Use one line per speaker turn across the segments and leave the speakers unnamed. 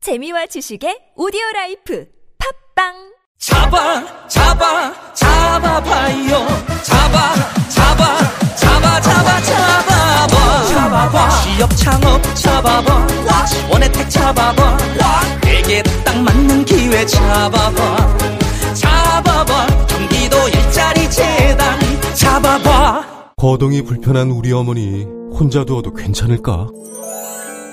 재미와 지식의 오디오 라이프 팝빵
잡아 잡아 잡아봐요 잡아 잡아 잡아 잡아 잡아봐 잡아봐 취업 창업 잡아봐 원혜택 잡아봐 내게 딱 맞는 기회 잡아봐 잡아봐 경기도 일자리 재단 잡아봐
거동이 불편한 우리 어머니 혼자 두어도 괜찮을까?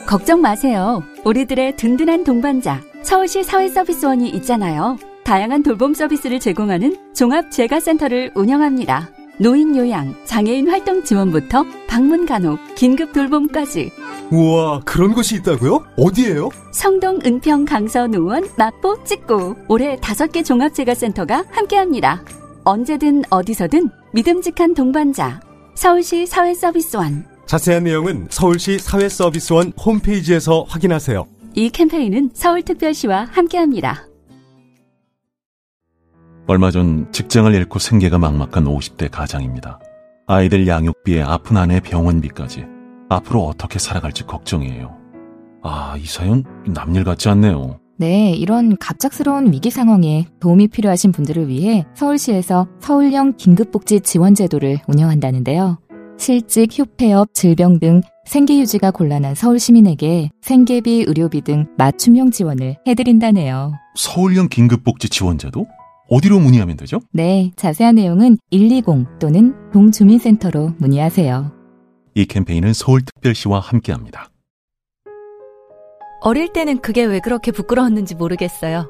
걱정 마세요. 우리들의 든든한 동반자 서울시 사회서비스원이 있잖아요. 다양한 돌봄 서비스를 제공하는 종합재가센터를 운영합니다. 노인 요양, 장애인 활동 지원부터 방문 간호, 긴급 돌봄까지
우와 그런 곳이 있다고요? 어디예요?
성동 은평 강선 의원 마포 찍고 올해 다섯 개 종합재가센터가 함께합니다. 언제든 어디서든 믿음직한 동반자 서울시 사회서비스원
자세한 내용은 서울시 사회서비스원 홈페이지에서 확인하세요.
이 캠페인은 서울특별시와 함께합니다.
얼마 전 직장을 잃고 생계가 막막한 50대 가장입니다. 아이들 양육비에 아픈 아내 병원비까지 앞으로 어떻게 살아갈지 걱정이에요. 아, 이 사연 남일 같지 않네요.
네, 이런 갑작스러운 위기 상황에 도움이 필요하신 분들을 위해 서울시에서 서울형 긴급복지 지원제도를 운영한다는데요. 실직, 휴폐업, 질병 등 생계 유지가 곤란한 서울 시민에게 생계비, 의료비 등 맞춤형 지원을 해드린다네요.
서울형 긴급복지 지원제도? 어디로 문의하면 되죠?
네, 자세한 내용은 120 또는 동주민센터로 문의하세요.
이 캠페인은 서울특별시와 함께합니다.
어릴 때는 그게 왜 그렇게 부끄러웠는지 모르겠어요.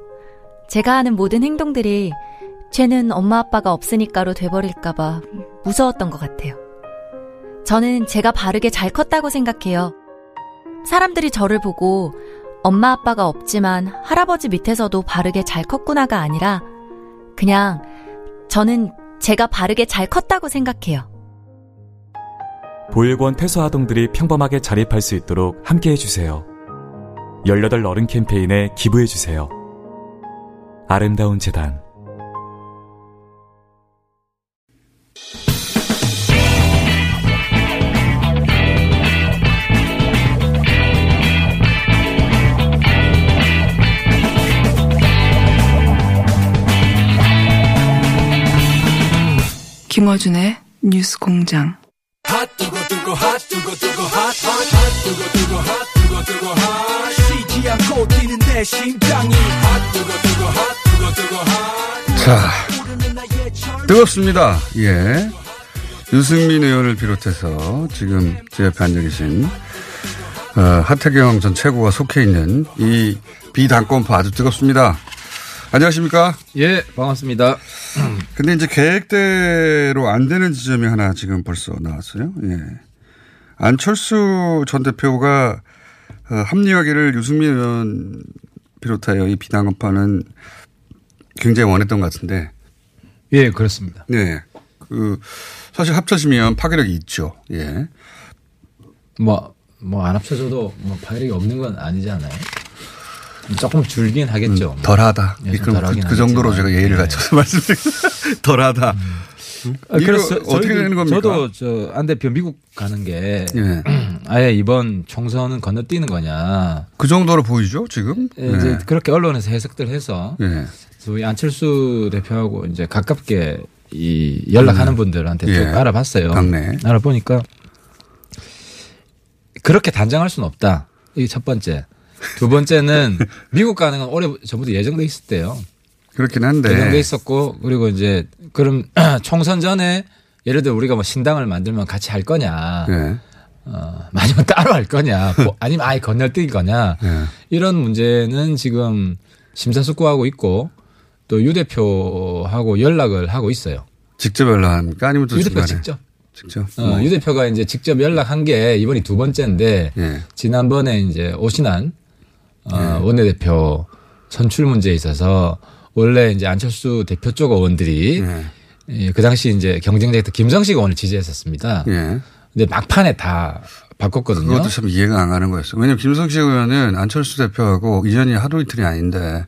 제가 하는 모든 행동들이 쟤는 엄마 아빠가 없으니까로 돼버릴까봐 무서웠던 것 같아요. 저는 제가 바르게 잘 컸다고 생각해요. 사람들이 저를 보고 엄마 아빠가 없지만 할아버지 밑에서도 바르게 잘 컸구나가 아니라 그냥 저는 제가 바르게 잘 컸다고 생각해요.
보육원 퇴소 아동들이 평범하게 자립할 수 있도록 함께해 주세요. 18 어른 캠페인에 기부해 주세요. 아름다운 재단
김어준의 뉴스 공장.
자, 뜨겁습니다. 예. 유승민 의원을 비롯해서 지금 제 옆에 앉아 계신, 어, 하태경 전 최고가 속해 있는 이 비당권파 아주 뜨겁습니다. 안녕하십니까?
예, 반갑습니다.
근데 이제 계획대로 안 되는 지점이 하나 지금 벌써 나왔어요. 예. 안철수 전 대표가 어, 합리화기를 유승민 의원 비롯하여 이 비난건파는 굉장히 원했던 것 같은데,
예, 그렇습니다.
예. 그, 사실 합쳐지면 파괴력이 있죠. 예.
뭐, 뭐 안 합쳐져도 뭐 파열이 없는 건 아니잖아요. 조금 줄긴 하겠죠.
음, 덜하다.
예, 좀
그럼 그,
덜하긴
그 정도로
하겠지만.
제가 예의를
예.
갖춰서 말씀드립니다. 덜하다.
아,
이거
그래서
어떻게
저희도-
되는 겁니까?
저도 저 안 대표 미국 가는 게
예.
아예 이번 총선은 건너뛰는 거냐.
그 정도로 보이죠, 지금?
예, 이제 그렇게 언론에서 해석들 해서
예. 예.
소위 안철수 대표하고 이제 가깝게 이 연락하는 분들한테
예.
쭉 알아봤어요.
당내.
알아보니까 그렇게 단정할 수는 없다. 이게 첫 번째. 두 번째는 미국 가는 건 오래 전부터 예정돼 있었대요.
그렇긴
예정돼
한데.
있었고 그리고 이제 그럼 총선 전에 예를 들어 우리가 뭐 신당을 만들면 같이 할 거냐,
예.
어, 아니면 따로 할 거냐, 뭐 아니면 아예 건널뛸 거냐
예.
이런 문제는 지금 심사숙고하고 있고 또 유 대표하고 연락을 하고 있어요.
직접 연락합니까? 아니면 또
유 대표
중간에?
직접.
직접.
어,
뭐.
유 대표가 이제 직접 연락한 게 이번이 두 번째인데
예.
지난번에 이제 오신한 어, 원내대표 선출 문제에 있어서 원래 이제 안철수 대표 쪽 의원들이
예.
예, 그 당시 이제 경쟁자였던 김성식 의원을 지지했었습니다.
예.
근데 막판에 다 바꿨거든요.
그것도 참 이해가 안 가는 거였어요. 왜냐하면 김성식 의원은 안철수 대표하고 이전이 하루 이틀이 아닌데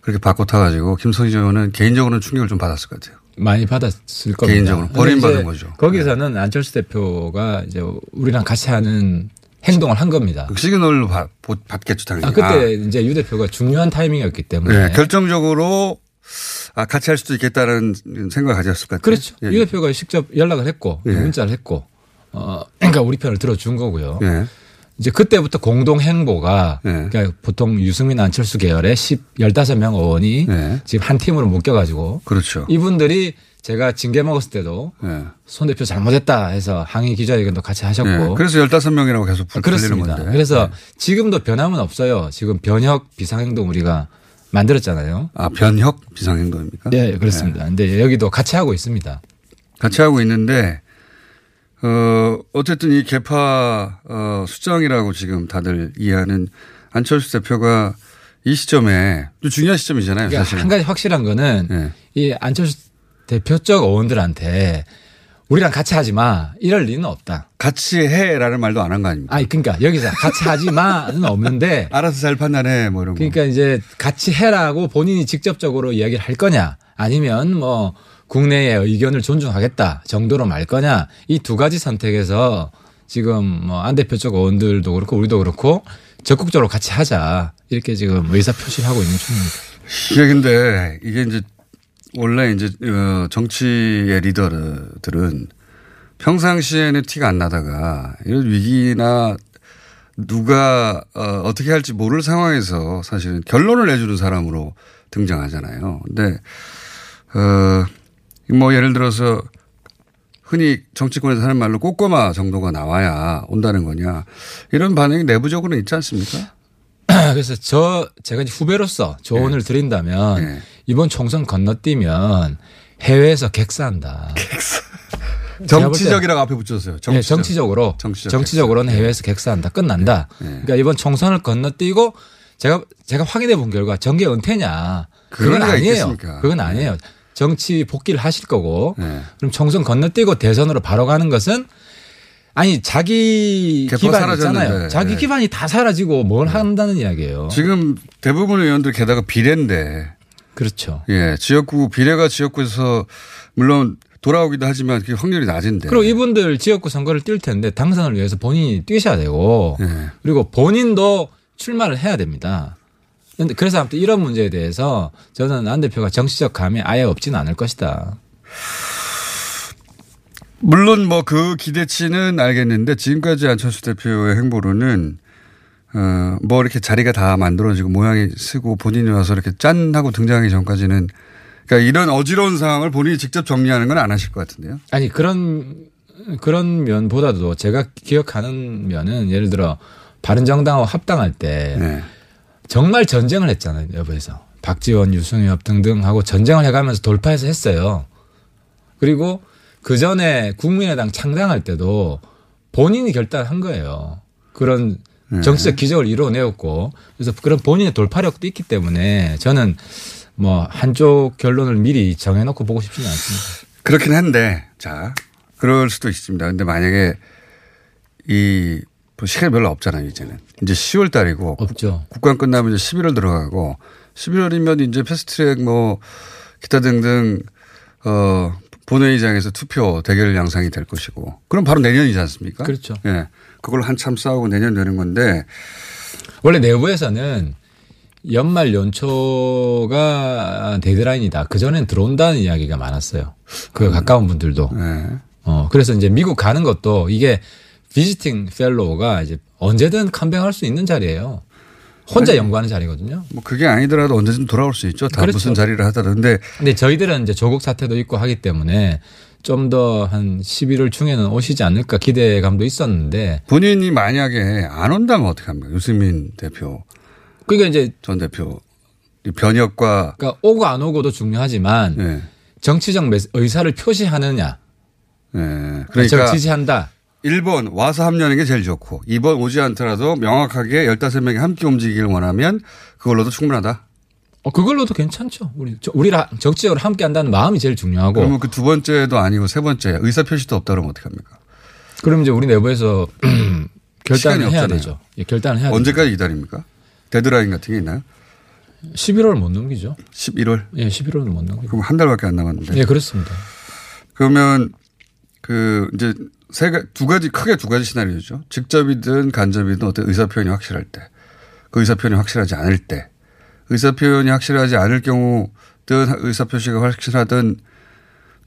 그렇게 바꿔 타가지고 김성식 의원은 개인적으로는 충격을 좀 받았을 것 같아요.
많이 받았을 겁니다.
개인적으로
근데 이제
버림받은 거죠.
거기서는 안철수 대표가 이제 우리랑 같이 하는 행동을 한 겁니다.
시그널로 받, 받겠죠 당연히.
아, 그때 아. 이제 유 대표가 중요한 타이밍이었기 때문에
네, 결정적으로 아, 같이 할 수도 있겠다는 생각을 가졌을 것 같아요.
그렇죠. 예. 유 대표가 직접 연락을 했고 예. 문자를 했고 어, 그러니까 우리 편을 들어준 거고요. 예. 이제 그때부터 공동 행보가
예.
그러니까 보통 유승민 안철수 계열의 10, 15명 의원이 지금 한 팀으로 묶여가지고
예. 그렇죠. 예.
이분들이 제가 징계 먹었을 때도 손 대표 잘못했다 해서 항의 기자회견도 같이 하셨고
예.
네.
그래서 15명이라고 계속 불리는
그렇습니다.
건데.
그래서 지금도 변함은 없어요. 지금 변혁 비상행동 우리가 만들었잖아요.
아, 변혁 비상행동입니까?
네, 그렇습니다. 네. 근데 여기도 같이 하고 있습니다.
같이 하고 있는데, 어, 어쨌든 이 개파, 어, 수장이라고 지금 다들 이해하는 안철수 대표가 이 시점에 또 중요한 시점이잖아요.
그러니까
사실은. 예.
한 가지 확실한 거는 네. 이 안철수 대표 쪽 의원들한테 우리랑 같이 하지 마. 이럴 리는 없다.
같이 해라는 말도 안 한 거 아닙니까?
아니, 그러니까 여기서 같이 하지 마는 없는데.
알아서 잘 판단해 뭐 이런
그러니까
거.
이제 같이 해라고 본인이 직접적으로 이야기를 할 거냐 아니면 뭐 국내의 의견을 존중하겠다 정도로 말 거냐 이 두 가지 선택에서 지금 뭐 안 대표 쪽 의원들도 그렇고 우리도 그렇고 적극적으로 같이 하자 이렇게 지금 의사 표시를 하고 있는 중입니다.
이게 근데 이게 이제 원래 이제 어, 정치의 리더들은 평상시에는 티가 안 나다가 이런 위기나 누가 어떻게 할지 모를 상황에서 사실은 결론을 내주는 사람으로 등장하잖아요. 근데 어, 어뭐 예를 들어서 흔히 정치권에서 하는 말로 꼬꼬마 정도가 나와야 온다는 거냐 이런 반응이 내부적으로는 있지 않습니까?
아, 그래서 저 제가 이제 후배로서 조언을 네. 드린다면 네. 이번 총선 건너뛰면 해외에서 객사한다.
객사. 정치적이라고 앞에 붙였어요. 정치적.
네, 정치적으로 정치적 정치적으로는 객사. 해외에서 객사한다. 끝난다.
예.
그러니까 이번 총선을 건너뛰고 제가 제가 확인해 본 결과 정계 은퇴냐 그건 아니에요. 있겠습니까? 그건 아니에요. 정치 복귀를 하실 거고
예.
그럼 총선 건너뛰고 대선으로 바로 가는 것은 아니 자기 기반 있잖아요. 자기 네. 기반이 다 사라지고 뭘 네. 한다는 이야기예요.
지금 대부분 의원들 게다가 비례인데.
그렇죠.
예, 지역구 비례가 지역구에서 물론 돌아오기도 하지만 그 확률이 낮은데.
그리고 이분들 지역구 선거를 뛸 텐데 당선을 위해서 본인이 뛰셔야 되고 네.
예.
그리고 본인도 출마를 해야 됩니다. 그런데 그래서 아무튼 이런 문제에 대해서 저는 안 대표가 정치적 감이 아예 없지는 않을 것이다.
물론 뭐 그 기대치는 알겠는데 지금까지 안철수 대표의 행보로는 어 뭐 이렇게 자리가 다 만들어지고 모양이 쓰고 본인이 와서 이렇게 짠 하고 등장하기 전까지는 그러니까 이런 어지러운 상황을 본인이 직접 정리하는 건 안 하실 것 같은데요.
아니 그런 그런 면보다도 제가 기억하는 면은 예를 들어 바른정당하고 합당할 때 네. 정말 전쟁을 했잖아요. 여부에서 박지원, 유승엽 등등하고 전쟁을 해가면서 돌파해서 했어요. 그리고 그 전에 국민의당 창당할 때도 본인이 결단한 거예요. 그런 정치적 기적을 이루어내었고 그래서 그런 본인의 돌파력도 있기 때문에 저는 뭐 한쪽 결론을 미리 정해놓고 보고 싶지는 않습니다.
그렇긴 한데 자 그럴 수도 있습니다. 근데 만약에 이뭐 시간이 별로 없잖아요 이제는 이제 10월 달이고
없죠.
국감 끝나면 이제 11월 들어가고 11월이면 이제 패스트트랙 뭐 기타 등등 어 본회의장에서 투표 대결 양상이 될 것이고 그럼 바로 내년이지 않습니까?
그렇죠.
예. 그걸 한참 싸우고 내년 되는 건데
원래 내부에서는 연말 연초가 데드라인이다. 그전엔 들어온다는 이야기가 많았어요. 그 음. 가까운 분들도. 예. 어, 그래서 이제 미국 가는 것도 이게 비지팅 펠로우가 이제 언제든 컴백할 수 있는 자리예요. 혼자 아니, 연구하는 자리거든요.
뭐 그게 아니더라도 언제든 돌아올 수 있죠. 다 그렇죠. 무슨 자리를 하더라도. 근데
근데 저희들은 이제 조국 사태도 있고 하기 때문에 좀 더 한 11월 중에는 오시지 않을까 기대감도 있었는데
본인이 만약에 안 온다면 어떻게 합니까? 유승민 대표.
그러니까 이제
전 대표 변혁과
그러니까 오고 안 오고도 중요하지만 네. 정치적 의사를 표시하느냐.
예. 네. 그러니까
그러니까 지지한다.
1번 와서 합류하는 게 제일 좋고 2번 오지 않더라도 명확하게 15명이 함께 움직이길 원하면 그걸로도 충분하다.
어, 그걸로도 괜찮죠. 우리, 저, 우리랑 적극적으로 함께 한다는 마음이 제일 중요하고.
그러면 그 두 번째도 아니고 세 번째 의사표시도 없다 그러면 어떡합니까?
그럼 이제 우리 내부에서 결단을 해야 되죠. 예, 결단을 해야
언제까지 됩니다. 기다립니까? 데드라인 같은 게 있나요?
11월 못 넘기죠.
11월?
예, 11월은 못 예, 넘기죠.
그럼 한 달밖에 안 남았는데.
예, 그렇습니다.
그러면 그 이제 세, 가- 두 가지, 크게 두 가지 시나리오죠. 직접이든 간접이든 어떤 의사표현이 확실할 때, 그 의사표현이 확실하지 않을 때, 의사표현이 확실하지 않을 경우든 의사표시가 확실하든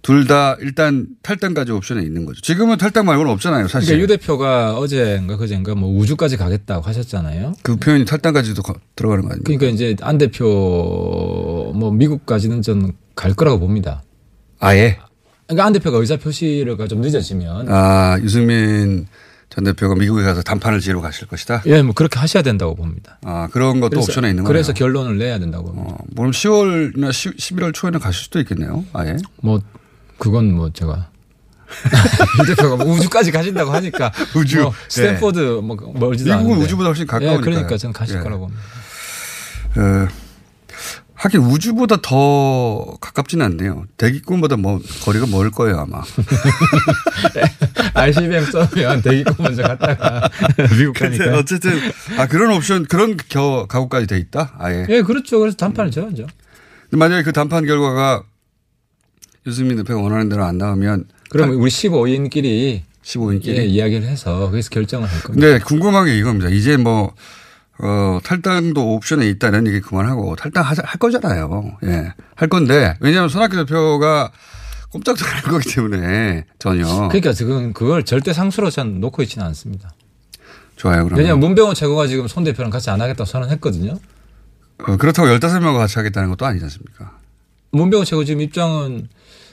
둘 다 일단 탈당까지 옵션에 있는 거죠. 지금은 탈당 말고는 없잖아요, 사실.
그러니까 유 대표가 어제인가 그젠가 뭐 우주까지 가겠다고 하셨잖아요.
그 표현이 탈당까지도 거- 들어가는 거 아닙니까?
그러니까 이제 안 대표 뭐 미국까지는 전 갈 거라고 봅니다.
아예?
그러니까 안 대표가 의사 표시를 좀 늦어지면
아, 유승민 전 대표가 미국에 가서 담판을 지으러 가실 것이다?
예, 뭐 그렇게 하셔야 된다고 봅니다.
아, 그런 것도
그래서-
옵션에 있는 거예요.
그래서 결론을 내야 된다고 봅니다.
어, 물론 10월이나 11월 초에는 가실 수도 있겠네요. 아예.
뭐 그건 뭐 제가 유 대표가 뭐 우주까지 가신다고 하니까
우주.
뭐 스탠포드 뭐 멀지도 않은데
미국은 우주보다 훨씬 가까우니까.
예, 그러니까 저는 가실
예.
거라고 봅니다.
어, 하긴 우주보다 더 가깝진 않네요. 대기권보다 뭐 거리가 멀 거예요 아마.
RCBM 써면 대기권 먼저 갔다가 미국
근데
가니까.
어쨌든 아 그런 옵션 그런 겨, 각오까지 돼 있다. 아예.
예, 그렇죠. 그래서 단판을 쳐야죠.
근데 만약에 그 담판 결과가 유승민 대표가 원하는 대로 안 나오면
그럼 우리 15인끼리
15인끼리.
예, 이야기를 해서 거기서 결정을 할 겁니다.
근데 궁금한 게 이겁니다. 이제 뭐, 어, 탈당도 옵션에 있다는 얘기 그만하고 탈당할 거잖아요. 예. 할 건데, 왜냐하면 손학규 대표가 꼼짝도 안 할 거기 때문에 전혀.
그러니까 지금 그걸 절대 상수로 전 놓고 있지는 않습니다.
좋아요, 그러면.
왜냐하면 문병호 최고가 지금 손 대표랑 같이 안 하겠다고 선언했거든요.
어, 그렇다고 15명과 같이 하겠다는 것도 아니지 않습니까?
문병호 최고 지금 입장은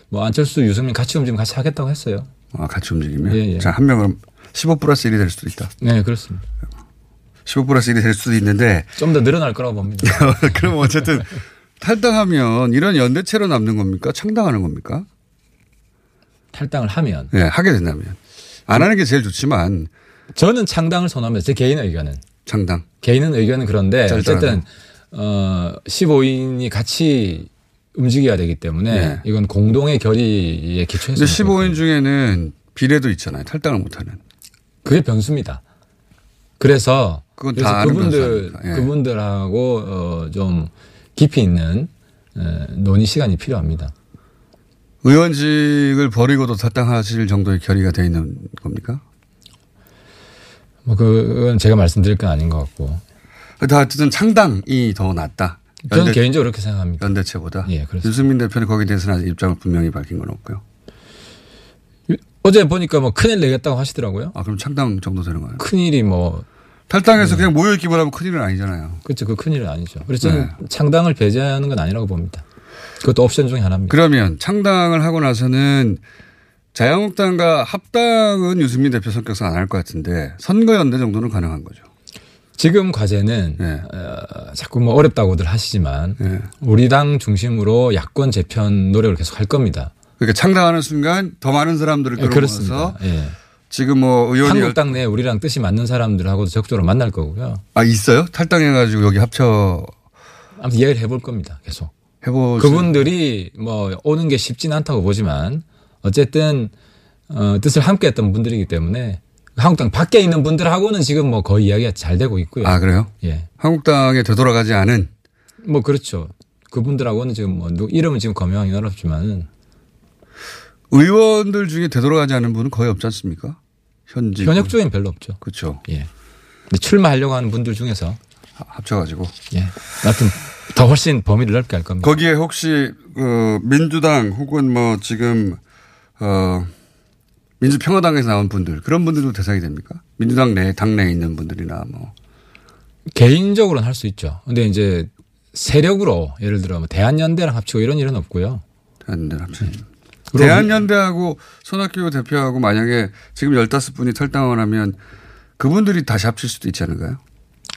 뭐 안철수, 유승민 같이 움직이면 같이 하겠다고 했어요.
아, 같이 움직이면.
예, 예.
자, 한 명은 15 플러스 1이 될 수도 있다.
네, 그렇습니다.
15 플러스 1이 될 수도 있는데,
좀 더 늘어날 거라고 봅니다.
그럼 어쨌든 탈당하면 이런 연대체로 남는 겁니까? 창당하는 겁니까?
탈당을 하면
예, 하게 된다면. 안 하는 게 제일 좋지만,
저는 창당을 선호합니다. 제 개인 의견은
창당.
개인은 의견은 그런데
짤짤하다.
어쨌든 어 15인이 같이 움직여야 되기 때문에
네.
이건 공동의 결의에 기초해서
근데 15인 중에는 비례도 있잖아요. 탈당을 못하는.
그게 변수입니다. 그래서
그건
그래서
다 아는
그분들
변수입니다. 예.
그분들하고 어, 좀 깊이 있는 에, 논의 시간이 필요합니다.
의원직을 버리고도 탈당하실 정도의 결의가 돼 있는 겁니까?
뭐 그건 제가 말씀드릴 건 아닌 것 같고
다 어쨌든 창당이 더 낫다.
저는 개인적으로 그렇게 생각합니다.
연대체보다.
예, 그렇습니다.
유승민 대표는 거기에 대해서는 아직 입장을 분명히 밝힌 건 없고요.
어제 보니까 뭐 큰일 내겠다고 하시더라고요.
아 그럼 창당 정도 되는 거예요?
큰일이 뭐
탈당해서 그냥 모여 있기만 하면 큰일은 아니잖아요.
그렇죠. 그 큰일은 아니죠. 그래서 저는
네.
창당을 배제하는 건 아니라고 봅니다. 그것도 옵션 중에 하나입니다.
그러면 창당을 하고 나서는 자유한국당과 합당은 유승민 대표 성격상 안 할 것 같은데 선거 연대 정도는 가능한 거죠.
지금 과제는
네.
어, 자꾸 뭐 어렵다고들 하시지만
예.
우리 당 중심으로 야권 재편 노력을 계속 할 겁니다.
그러니까 창당하는 순간 더 많은 사람들을
예,
끌어모아서
그렇습니다. 예.
지금 뭐 의원이 열-
한국당 내에 우리랑 뜻이 맞는 사람들하고도 적극적으로 만날 거고요.
아 있어요? 탈당해가지고 여기 합쳐
아무튼 이야기를 해볼 겁니다. 계속.
해보.
그분들이 뭐 오는 게 쉽진 않다고 보지만 어쨌든 어, 뜻을 함께 했던 분들이기 때문에 한국당 밖에 있는 분들하고는 지금 뭐 거의 이야기가 잘 되고 있고요.
아 그래요?
예.
한국당에 되돌아가지 않은
뭐 그렇죠. 그분들하고는 지금 뭐 누- 이름은 지금 검명하기 어렵지만은
의원들 중에 되돌아가지 않은 분은 거의 없지 않습니까? 현직
현역 쪽엔 별로 없죠.
네, 그렇죠.
예. 근데 출마하려고 하는 분들 중에서
합쳐가지고
예. 하여튼 더 훨씬 범위를 넓게 할 겁니다.
거기에 혹시 어, 민주당 혹은 뭐 지금 어, 민주평화당에서 나온 분들 그런 분들도 대상이 됩니까? 민주당 내 당내에 있는 분들이나 뭐
개인적으로는 할 수 있죠. 근데 이제 세력으로 예를 들어 뭐 대한연대랑 합치고 이런 일은 없고요.
대한연대 합치는.
네. 그럼
대한연대하고 손학규 대표하고 만약에 지금 15분이 탈당을 하면 그분들이 다시 합칠 수도 있지 않을까요?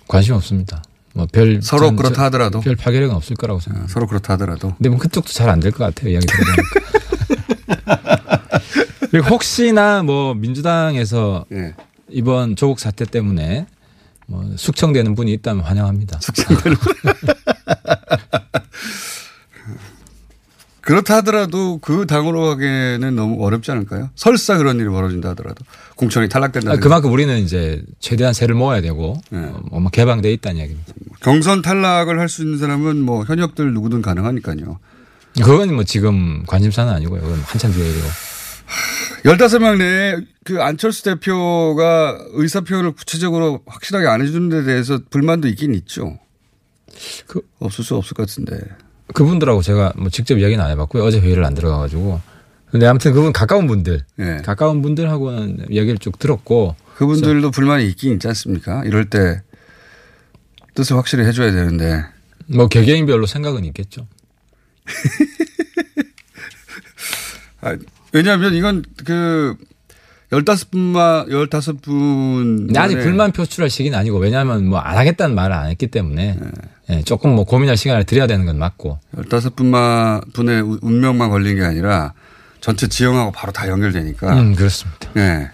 관심 없습니다. 뭐별
서로 그렇다 하더라도.
별 파괴력은 없을 거라고 생각합니다.
아, 서로 그렇다 하더라도.
근데 뭐 그쪽도 잘 안 될 것 같아요. 이야기 들어보니까. 그리고 혹시나 뭐 민주당에서
예.
이번 조국 사태 때문에 뭐 숙청되는 분이 있다면 환영합니다.
그렇다 하더라도 그 당으로 가기에는 너무 어렵지 않을까요? 설사 그런 일이 벌어진다 하더라도 공천이
아,
탈락된다든가
그만큼 우리는 이제 최대한 세를 모아야 되고
네.
어, 뭐 개방돼 있다는 이야기입니다.
경선 탈락을 할 수 있는 사람은 뭐 현역들 누구든 가능하니까요.
그건 뭐 지금 관심사는 아니고요. 그건 한참 뒤에 고
15명 내에 그 안철수 대표가 의사표현을 구체적으로 확실하게 안 해주는 데 대해서 불만도 있긴 있죠. 그 없을 수 없을 것 같은데.
그분들하고 제가 뭐 직접 이야기는 안 해봤고요. 어제 회의를 안 들어가가지고. 근데 아무튼 그분 가까운 분들, 가까운 분들하고는 이야기를 쭉 들었고.
그분들도 불만이 있긴 있지 않습니까? 이럴 때 뜻을 확실히 해줘야 되는데.
뭐 개개인별로 생각은 있겠죠.
아, 왜냐하면 이건 그 15분만, 15분.
근데 아직 불만 표출할 시기는 아니고, 왜냐하면 뭐 안 하겠다는 말을 안 했기 때문에, 예, 조금 뭐 고민할 시간을 드려야 되는 건 맞고.
15분만, 분의 우- 운명만 걸린 게 아니라 전체 지형하고 바로 다 연결되니까.
음, 그렇습니다.
예.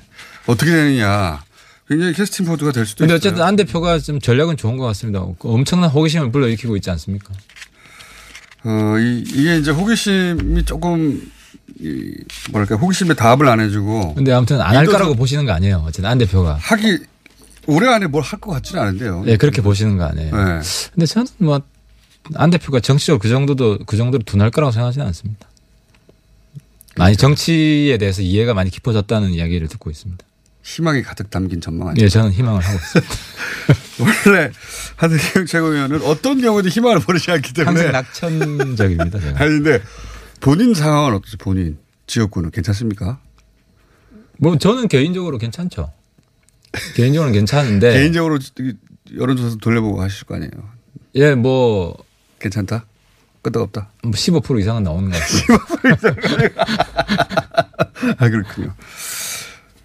어떻게 되느냐. 굉장히 캐스팅 보드가 될 수도
근데
있어요.
어쨌든 안 대표가 좀 전략은 좋은 것 같습니다. 그 엄청난 호기심을 불러일으키고 있지 않습니까?
어, 이, 이게 이제 호기심이 조금, 이, 뭐랄까, 호기심에 답을 안 해주고.
근데 아무튼 안 할 거라고 보시는 거 아니에요. 어쨌든 안 대표가.
하기, 올해 안에 뭘 할 것 같지는 않은데요.
예, 그렇게 보시는 거 아니에요.
네.
근데 저는 뭐 안 대표가 정치적으로 그 정도도 그 정도로 둔할 거라고 생각하지는 않습니다. 많이 정치에 대해서 이해가 많이 깊어졌다는 이야기를 듣고 있습니다.
희망이 가득 담긴 전망 아니에요?
예, 저는 희망을 하고 있습니다.
원래 하태경 최고위원은 어떤 경우도 희망을 버리지 않기 때문에.
항상 낙천적입니다. 제가.
아니, 근데 본인 상황은 어떠세요? 본인 지역구는 괜찮습니까?
뭐 저는 개인적으로 괜찮죠. 개인적으로는 괜찮은데
개인적으로 여론조사 돌려보고 하실 거 아니에요?
예, 뭐
괜찮다. 끄떡없다.
뭐15% 이상은 나오는 것 같아요.
아 그렇군요.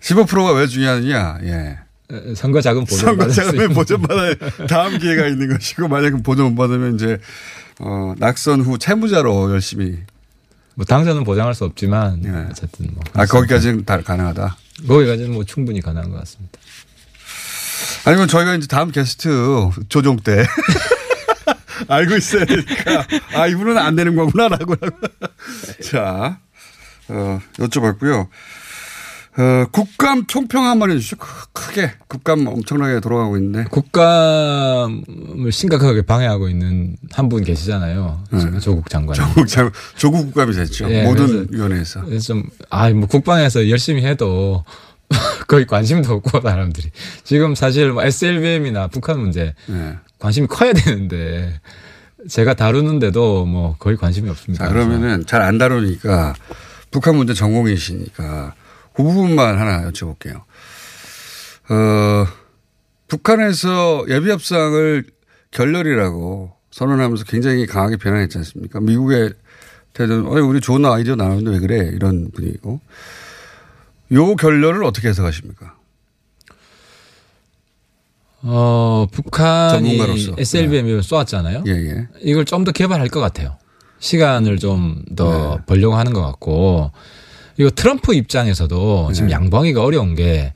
15%가 왜 중요하느냐? 예.
예, 선거 자금 보전
선거
받을 수
자금에
있는
보전받아야 다음 기회가 있는 것이고 만약에 보전 못 받으면 이제 어, 낙선 후 채무자로 열심히
뭐 당선은 보장할 수 없지만 어쨌든 뭐
아 거기까지는 다 가능하다.
거기까지는 뭐 충분히 가능한 것 같습니다.
아니면 저희가 이제 다음 게스트 조종 때 알고 있어야 되니까 아 이분은 안 되는 거구나라고 자 어, 여쭤봤고요. 어, 국감 총평 한 번 해주시죠. 크- 크게 국감 엄청나게 돌아가고 있는데
국감을 심각하게 방해하고 있는 한 분 계시잖아요. 조국 장관.
네. 조국 장 조국 국감이 됐죠.
예,
모든
그래서-
위원회에서
그래서 좀, 아, 뭐 국방에서 열심히 해도 거의 관심도 없고, 사람들이. 지금 사실 뭐 SLBM이나 북한 문제
예.
관심이 커야 되는데 제가 다루는데도 뭐 거의 관심이 없습니다.
자, 그러면은 잘 안 다루니까 북한 문제 전공이시니까 그 부분만 하나 여쭤볼게요. 어, 북한에서 예비협상을 결렬이라고 선언하면서 굉장히 강하게 비난했지 않습니까? 미국의 대전, 아니, 우리 좋은 아이디어 나오는데 왜 그래? 이런 분위기고. 요 결렬을 어떻게 해석하십니까?
어, 북한이
전문가로서.
SLBM을 쏘았잖아요.
예, 예.
이걸 좀 더 개발할 것 같아요. 시간을 좀 더
네.
벌려고 하는 것 같고 이거 트럼프 입장에서도
네.
지금 양보하기가 어려운 게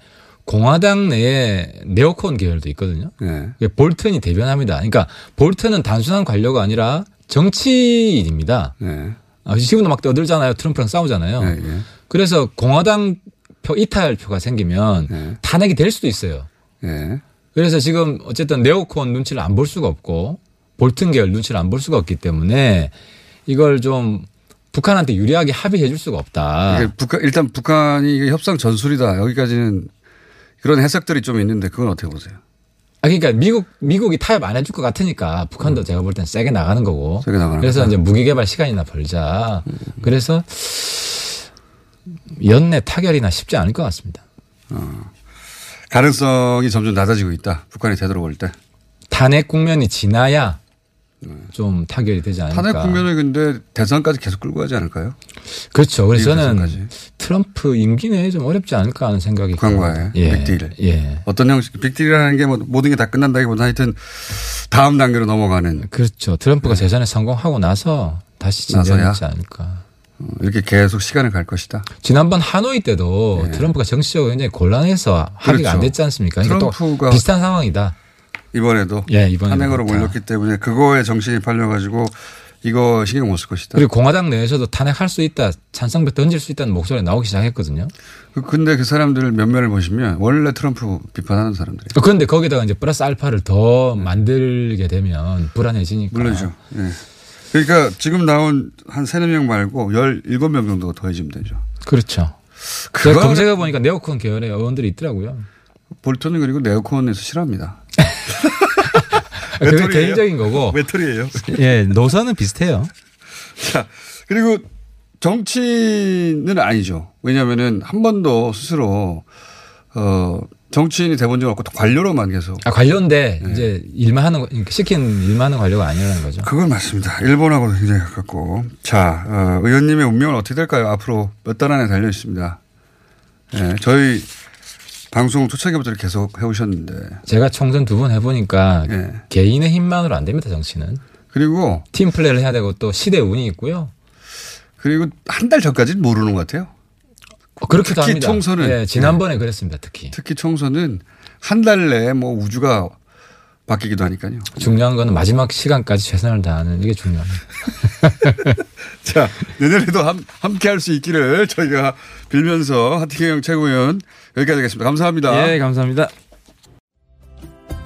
공화당 내에 네오콘 계열도 있거든요.
예.
이게 볼튼이 대변합니다. 그러니까 볼튼은 단순한 관료가 아니라 정치인입니다.
예.
아, 지금도 막 떠들잖아요. 트럼프랑 싸우잖아요.
예, 예.
그래서 공화당 표 이탈표가 생기면
네.
탄핵이 될 수도 있어요.
예.
그래서 지금 어쨌든 네오콘 눈치를 안 볼 수가 없고 볼튼 계열 눈치를 안 볼 수가 없기 때문에 이걸 좀 북한한테 유리하게 합의해 줄 수가 없다.
이게 북한, 일단 북한이 이게 협상 전술이다. 여기까지는 그런 해석들이 좀 있는데 그건 어떻게 보세요?
아 그러니까 미국 미국이 타협 안 해줄 것 같으니까 북한도 제가 볼 땐 세게 나가는 거고.
음. 세게 나가는
그래서
거다. 음.
이제 무기 개발 시간이나 벌자. 그래서 연내 타결이나 쉽지 않을 것 같습니다.
가능성이 점점 낮아지고 있다. 북한이 되돌아올 때.
탄핵 국면이 지나야 좀 타결이 되지 않을까.
네. 탄핵 국면을 근데 대선까지 계속 끌고 가지 않을까요?
그렇죠. 그래서 저는
대선까지.
트럼프 임기 내에 좀 어렵지 않을까 하는 생각이
북한과의
듭니다. 예.
빅딜.
예.
어떤 형식, 빅딜이라는 게 뭐 모든 게 다 끝난다기보다 하여튼 다음 단계로 넘어가는
그렇죠. 트럼프가 재선에 성공하고 나서 다시
예. 나서야?
진전하지 않을까.
어, 이렇게 계속 시간을 갈 것이다.
지난번 하노이 때도 트럼프가 정치적으로 굉장히 곤란해서 합의가 안
예. 그렇죠.
됐지 않습니까? 그러니까
트럼프가
또 비슷한 상황이다.
이번에도
예, 이번에도
탄핵으로
그렇다.
몰렸기 때문에 그거에 정신이 팔려가지고 이거 신경 못 쓸 것이다.
그리고 공화당 내에서도 탄핵할 수 있다, 찬성표 던질 수 있다는 목소리가 나오기 시작했거든요.
그- 근데 그 사람들 몇 면을 보시면 원래 트럼프 비판하는 사람들이
그런데 거기다가 이제 플러스 알파를 더 만들게 되면 불안해지니까.
물론이죠. 예. 그러니까 지금 나온 한 세네 명 말고 17명 정도 더해지면 되죠.
그렇죠. 제가 검색해 보니까 네오콘 계열의 의원들이 있더라고요.
볼턴은 그리고 네오콘에서 싫어합니다.
아, 그게 개인적인 거고.
외톨이에요.
예, 노선은 비슷해요.
자, 그리고 정치는 아니죠. 왜냐하면은 한 번도 스스로 어 정치인이 대본 적 없고 또 관료로만 계속.
아 관료인데
예.
네. 이제 일만 하는 그러니까 시킨 일만 하는 관료가 아니라는 거죠.
그건 맞습니다. 일본하고도 굉장히 가깝고. 자, 어, 의원님의 운명은 어떻게 될까요? 앞으로 몇 달 안에 달려 있습니다. 네, 저희 방송 초창기부터 계속 해오셨는데.
제가 총선 두 번 해보니까 네.
예.
개인의 힘만으로 안 됩니다 정치는.
그리고
팀 플레이를 해야 되고 또 시대 운이 있고요.
그리고 한 달 전까지는 모르는 것 같아요.
어, 그렇게도
특히
합니다.
총선은
예, 지난번에 네. 그랬습니다. 특히
특히 총선은 한 달 내에 뭐 우주가 바뀌기도 하니까요.
중요한 거는 마지막 시간까지 최선을 다하는 이게 중요합니다.
자 내년에도 함, 함께 할 수 있기를 저희가 빌면서 하태경 최고위원 여기까지 하겠습니다. 감사합니다.
예, 감사합니다.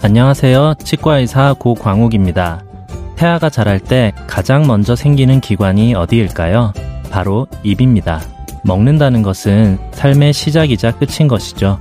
안녕하세요. 치과의사 고광욱입니다. 태아가 자랄 때 가장 먼저 생기는 기관이 어디일까요? 바로 입입니다. 먹는다는 것은 삶의 시작이자 끝인 것이죠.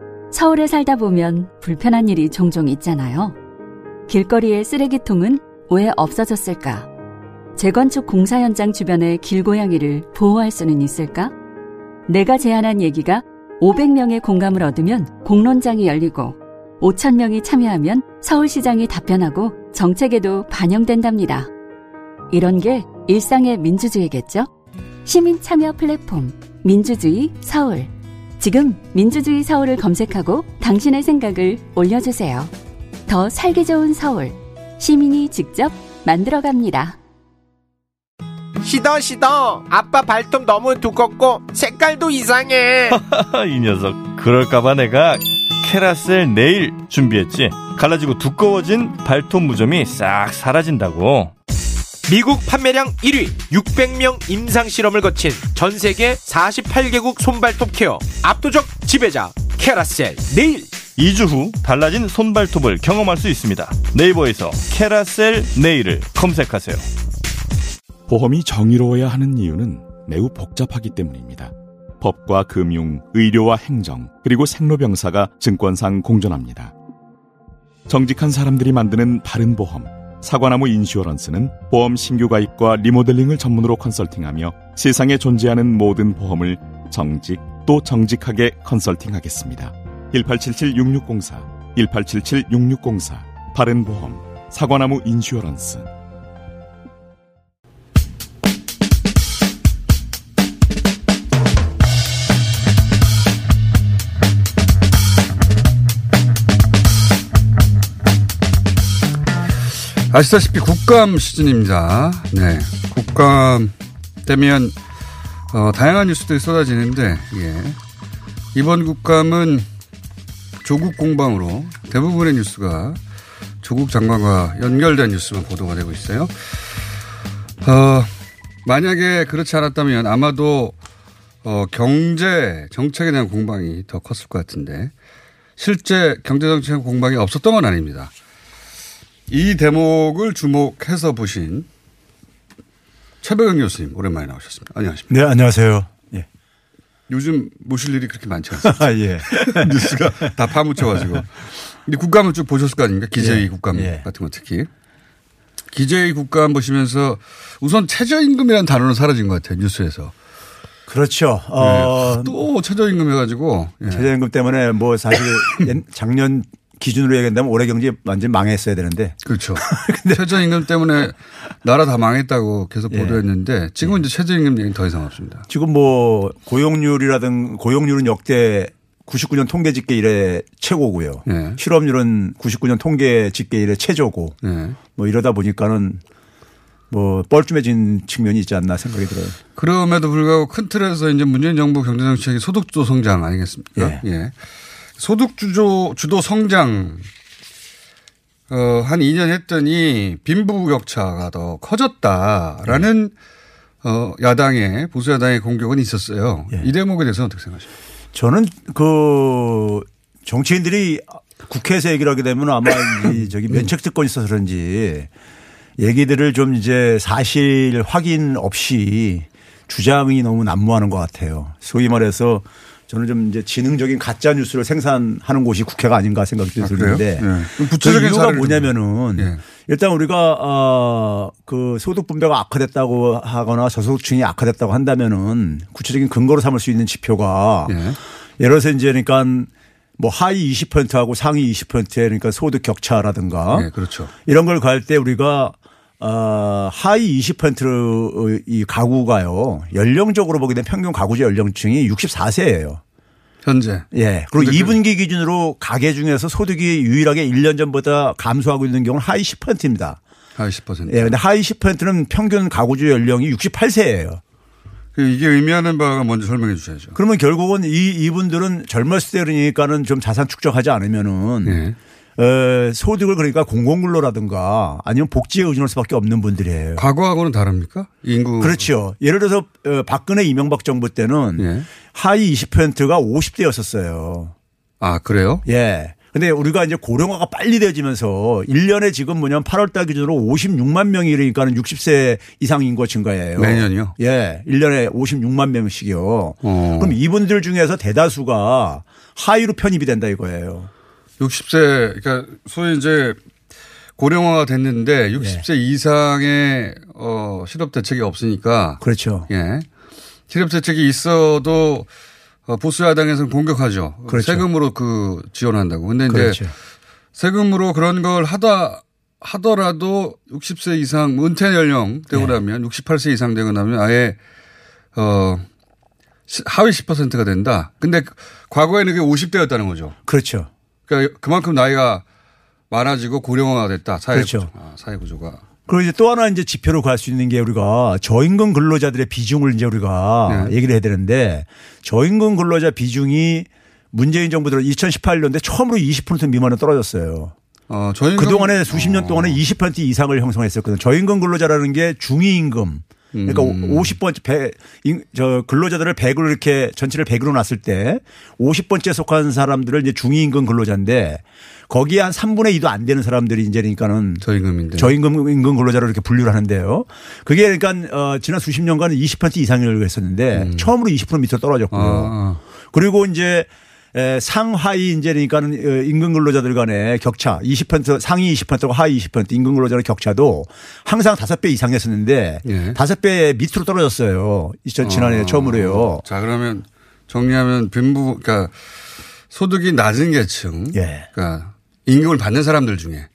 서울에 살다 보면 불편한 일이 종종 있잖아요. 길거리의 쓰레기통은 왜 없어졌을까? 재건축 공사 현장 주변의 길고양이를 보호할 수는 있을까? 내가 제안한 얘기가 500명의 공감을 얻으면 공론장이 열리고 5천 명이 참여하면 서울시장이 답변하고 정책에도 반영된답니다. 이런 게 일상의 민주주의겠죠? 시민 참여 플랫폼 민주주의 서울 지금 민주주의 서울을 검색하고 당신의 생각을 올려주세요. 더 살기 좋은 서울. 시민이 직접 만들어갑니다.
시더 시더 아빠 발톱 너무 두껍고 색깔도 이상해
이 녀석 그럴까봐 내가 캐라셀 네일 준비했지 갈라지고 두꺼워진 발톱 무좀이 싹 사라진다고
미국 판매량 1위 600명 임상 실험을 거친 전 세계 48개국 손발톱 케어 압도적 지배자 캐라셀 네일
2주 후 달라진 손발톱을 경험할 수 있습니다. 네이버에서 캐라셀 네일을 검색하세요.
보험이 정의로워야 하는 이유는 매우 복잡하기 때문입니다. 법과 금융, 의료와 행정, 그리고 생로병사가 증권상 공존합니다. 정직한 사람들이 만드는 바른 보험 사과나무 인슈어런스는 보험 신규 가입과 리모델링을 전문으로 컨설팅하며 세상에 존재하는 모든 보험을 정직 또 정직하게 컨설팅하겠습니다. 1877-6604 1877-6604 바른보험 사과나무 인슈어런스
아시다시피 국감 시즌입니다. 네. 국감 되면, 어, 다양한 뉴스들이 쏟아지는데, 예. 이번 국감은 조국 공방으로 대부분의 뉴스가 조국 장관과 연결된 뉴스만 보도가 되고 있어요. 어, 만약에 그렇지 않았다면 아마도, 어, 경제 정책에 대한 공방이 더 컸을 것 같은데, 실제 경제정책 공방이 없었던 건 아닙니다. 이 대목을 주목해서 보신 최백영 교수님 오랜만에 나오셨습니다. 안녕하십니까?
네, 안녕하세요. 예.
요즘 모실 일이 그렇게 많지 않습니까?
아, 예.
뉴스가 다 파묻혀가지고. 근데 국감을 쭉 보셨을 거 아닙니까? 기재위 예. 국감 예. 같은 거 특히. 기재위 국감 보시면서 우선 최저임금이라는 단어는 사라진 것 같아요. 뉴스에서.
그렇죠. 어.
네. 또 최저임금 해가지고. 예.
최저임금 때문에 뭐 사실 작년 기준으로 얘기한다면 올해 경제 완전 망했어야 되는데.
그렇죠. 근데 최저임금 때문에 나라 다 망했다고 계속 보도했는데 지금 예. 이제 최저임금 얘기는 더 이상 없습니다.
지금 뭐 고용률이라든 고용률은 역대 99년 통계 집계 이래 최고고요.
네.
예. 실업률은 99년 통계 집계 이래 최저고 예. 뭐 이러다 보니까는 뭐 뻘쭘해진 측면이 있지 않나 생각이 들어요.
그럼에도 불구하고 큰 틀에서 이제 문재인 정부 경제정책이 소득주도 성장 아니겠습니까? 예. 소득주도 주도 성장 어, 한 2년 했더니 빈부부 격차가 더 커졌다라는 어, 야당의 보수 야당의 공격은 있었어요. 이 대목에 대해서 는 어떻게 생각하십니까?
저는 그 정치인들이 국회에서 얘기를 하게 되면 아마 이 저기 면책 특권이 있어서 그런지 얘기들을 좀 이제 사실 확인 없이 주장이 너무 난무하는 것 같아요. 소위 말해서 저는 좀 이제 지능적인 가짜 뉴스를 생산하는 곳이 국회가 아닌가 생각이
아,
드는데
그래요? 예. 그럼
그
구체적인
이유가
사례를 예.
뭐냐면은 일단 우리가 아, 어그 소득 분배가 악화됐다고 하거나 저소득층이 악화됐다고 한다면은 구체적인 근거로 삼을 수 있는 지표가 예. 를 들어서 이제 그러니까 뭐 하위 20%하고 상위 20%의 그러니까 소득 격차라든가
예, 그렇죠.
이런 걸 갈 때 우리가 어, 하위 20%이 가구가요. 연령적으로 보게 되면 평균 가구제 연령층이 64세예요.
현재.
예. 그리고
근데
2분기 기준으로 가계 중에서 소득이 유일하게 1년 전보다 감소하고 있는 경우는 하위 10%입니다.
하위 10%.
예. 근데 하위 10%는 평균 가구주 연령이 68세예요.
그 이게 의미하는 바가 먼저 설명해 주셔야죠.
그러면 결국은 이 이분들은 젊었을 때 그러니까는 좀 자산 축적하지
예.
않으면은 어, 소득을 그러니까 공공근로라든가 아니면 복지에 의존할 수밖에 없는 분들이에요.
과거하고는 다릅니까? 인구
그렇죠. 예를 들어서 어, 박근혜 이명박 정부 때는
예.
하위 20%가 50대였었어요.
아 그래요?
예. 근데 우리가 이제 고령화가 빨리 되어지면서 1년에 지금 뭐냐면 8월 달 기준으로 56만 명이 그러니까는 60세 이상 인구 증가예요.
내년이요? 어.
예. 1년에 56만 명씩이요. 그럼 이분들 중에서 대다수가 하위로 편입이 된다 이거예요.
60세 그러니까 소위 이제 고령화가 됐는데
예.
60세 이상의 어 실업 대책이 없으니까
그렇죠.
예. 실업 대책이 있어도 어, 보수 야당에서는 공격하죠.
그렇죠.
세금으로 그 지원한다고. 근데 이제
그렇죠.
세금으로 그런 걸 하다 하더라도 60세 이상 은퇴 연령 되고
네.
나면 68세 이상 되고 나면 아예 어 시- 하위 10%가 된다. 근데 과거에는 그게 50대였다는 거죠.
그렇죠.
그러니까 그만큼 나이가 많아지고 고령화가 됐다. 사회
그렇죠.
구조. 아, 사회 구조가.
그리고 이제 또 하나 이제 지표로 갈 수 있는 게 우리가 저임금 근로자들의 비중을 이제 우리가 얘기를 해야 되는데 저임금 근로자 비중이 문재인 정부 들어 2018년도에 처음으로 20% 미만으로 떨어졌어요.
저임금-
그동안에 수십 년 동안에 20% 이상을 형성했었거든요. 저임금 근로자라는 게 중위임금. 그러니까
음.
50번째 배, 인- 저 근로자들을 100으로 이렇게 전체를 100으로 놨을 때 50번째 속한 사람들을 이제 중위임금 근로자인데 거기에 한 3분의 2도 안 되는 사람들이 이제 그러니까는
음, 저임금인데
저임금 임금 근로자로 이렇게 분류를 하는데요. 그게 그러니까 어 지난 수십 년간 20% 이상이라고 했었는데 처음으로 20% 밑으로 떨어졌고요. 그리고 이제 에, 상하이 이제 그러니까는 어, 임금 근로자들 간의 격차 20% 상위 20%와 하위 20% 임금 근로자의 격차도 항상 5배 이상이었었는데
예.
5배 밑으로 떨어졌어요. 2000 지난해
아.
처음으로요.
자, 그러면 정리하면 빈부 그러니까 소득이 낮은 계층
예.
그러니까 임금을 받는 사람들 중에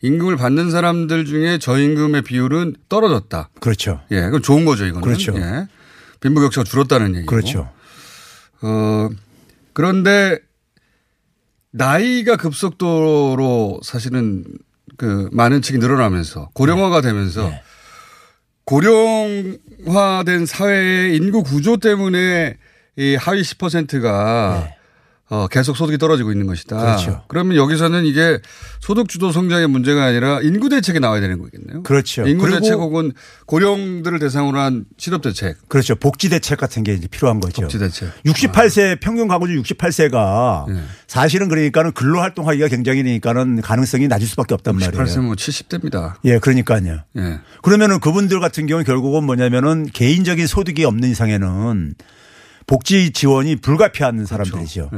임금을 받는 사람들 중에 저임금의 비율은 떨어졌다.
그렇죠.
예, 그럼 좋은 거죠, 이거는.
그렇죠.
예. 빈부 격차가 줄었다는 얘기고.
그렇죠.
어, 그런데 나이가 급속도로 사실은 그 많은 층이 늘어나면서 고령화가 되면서
네.
고령화된 사회의 인구 구조 때문에 이 하위 10%가 어, 계속 소득이 떨어지고 있는 것이다.
네. 그렇죠.
러면 여기서는 이게 소득 주도 성장의 문제가 아니라 인구 대책이 나와야 되는 거겠네요.
그렇죠.
인구
그리고-
대책 혹은 고령들을 대상으로 한 실업 대책.
그렇죠. 복지 대책 같은 게 이제 필요한 거죠.
복지 대책. 네.
68세 평균 가구주 68세가 사실은 그러니까는 근로 활동하기가 굉장히 그러니까는 가능성이 낮을 수밖에 없단 말이에요.
68세 뭐 70대입니다.
예, 그러니까요.
예.
그러면은 그분들 같은 경우는 결국은 뭐냐면은 개인적인 소득이 없는 이상에는 복지 지원이
그렇죠.
불가피한 사람들이죠.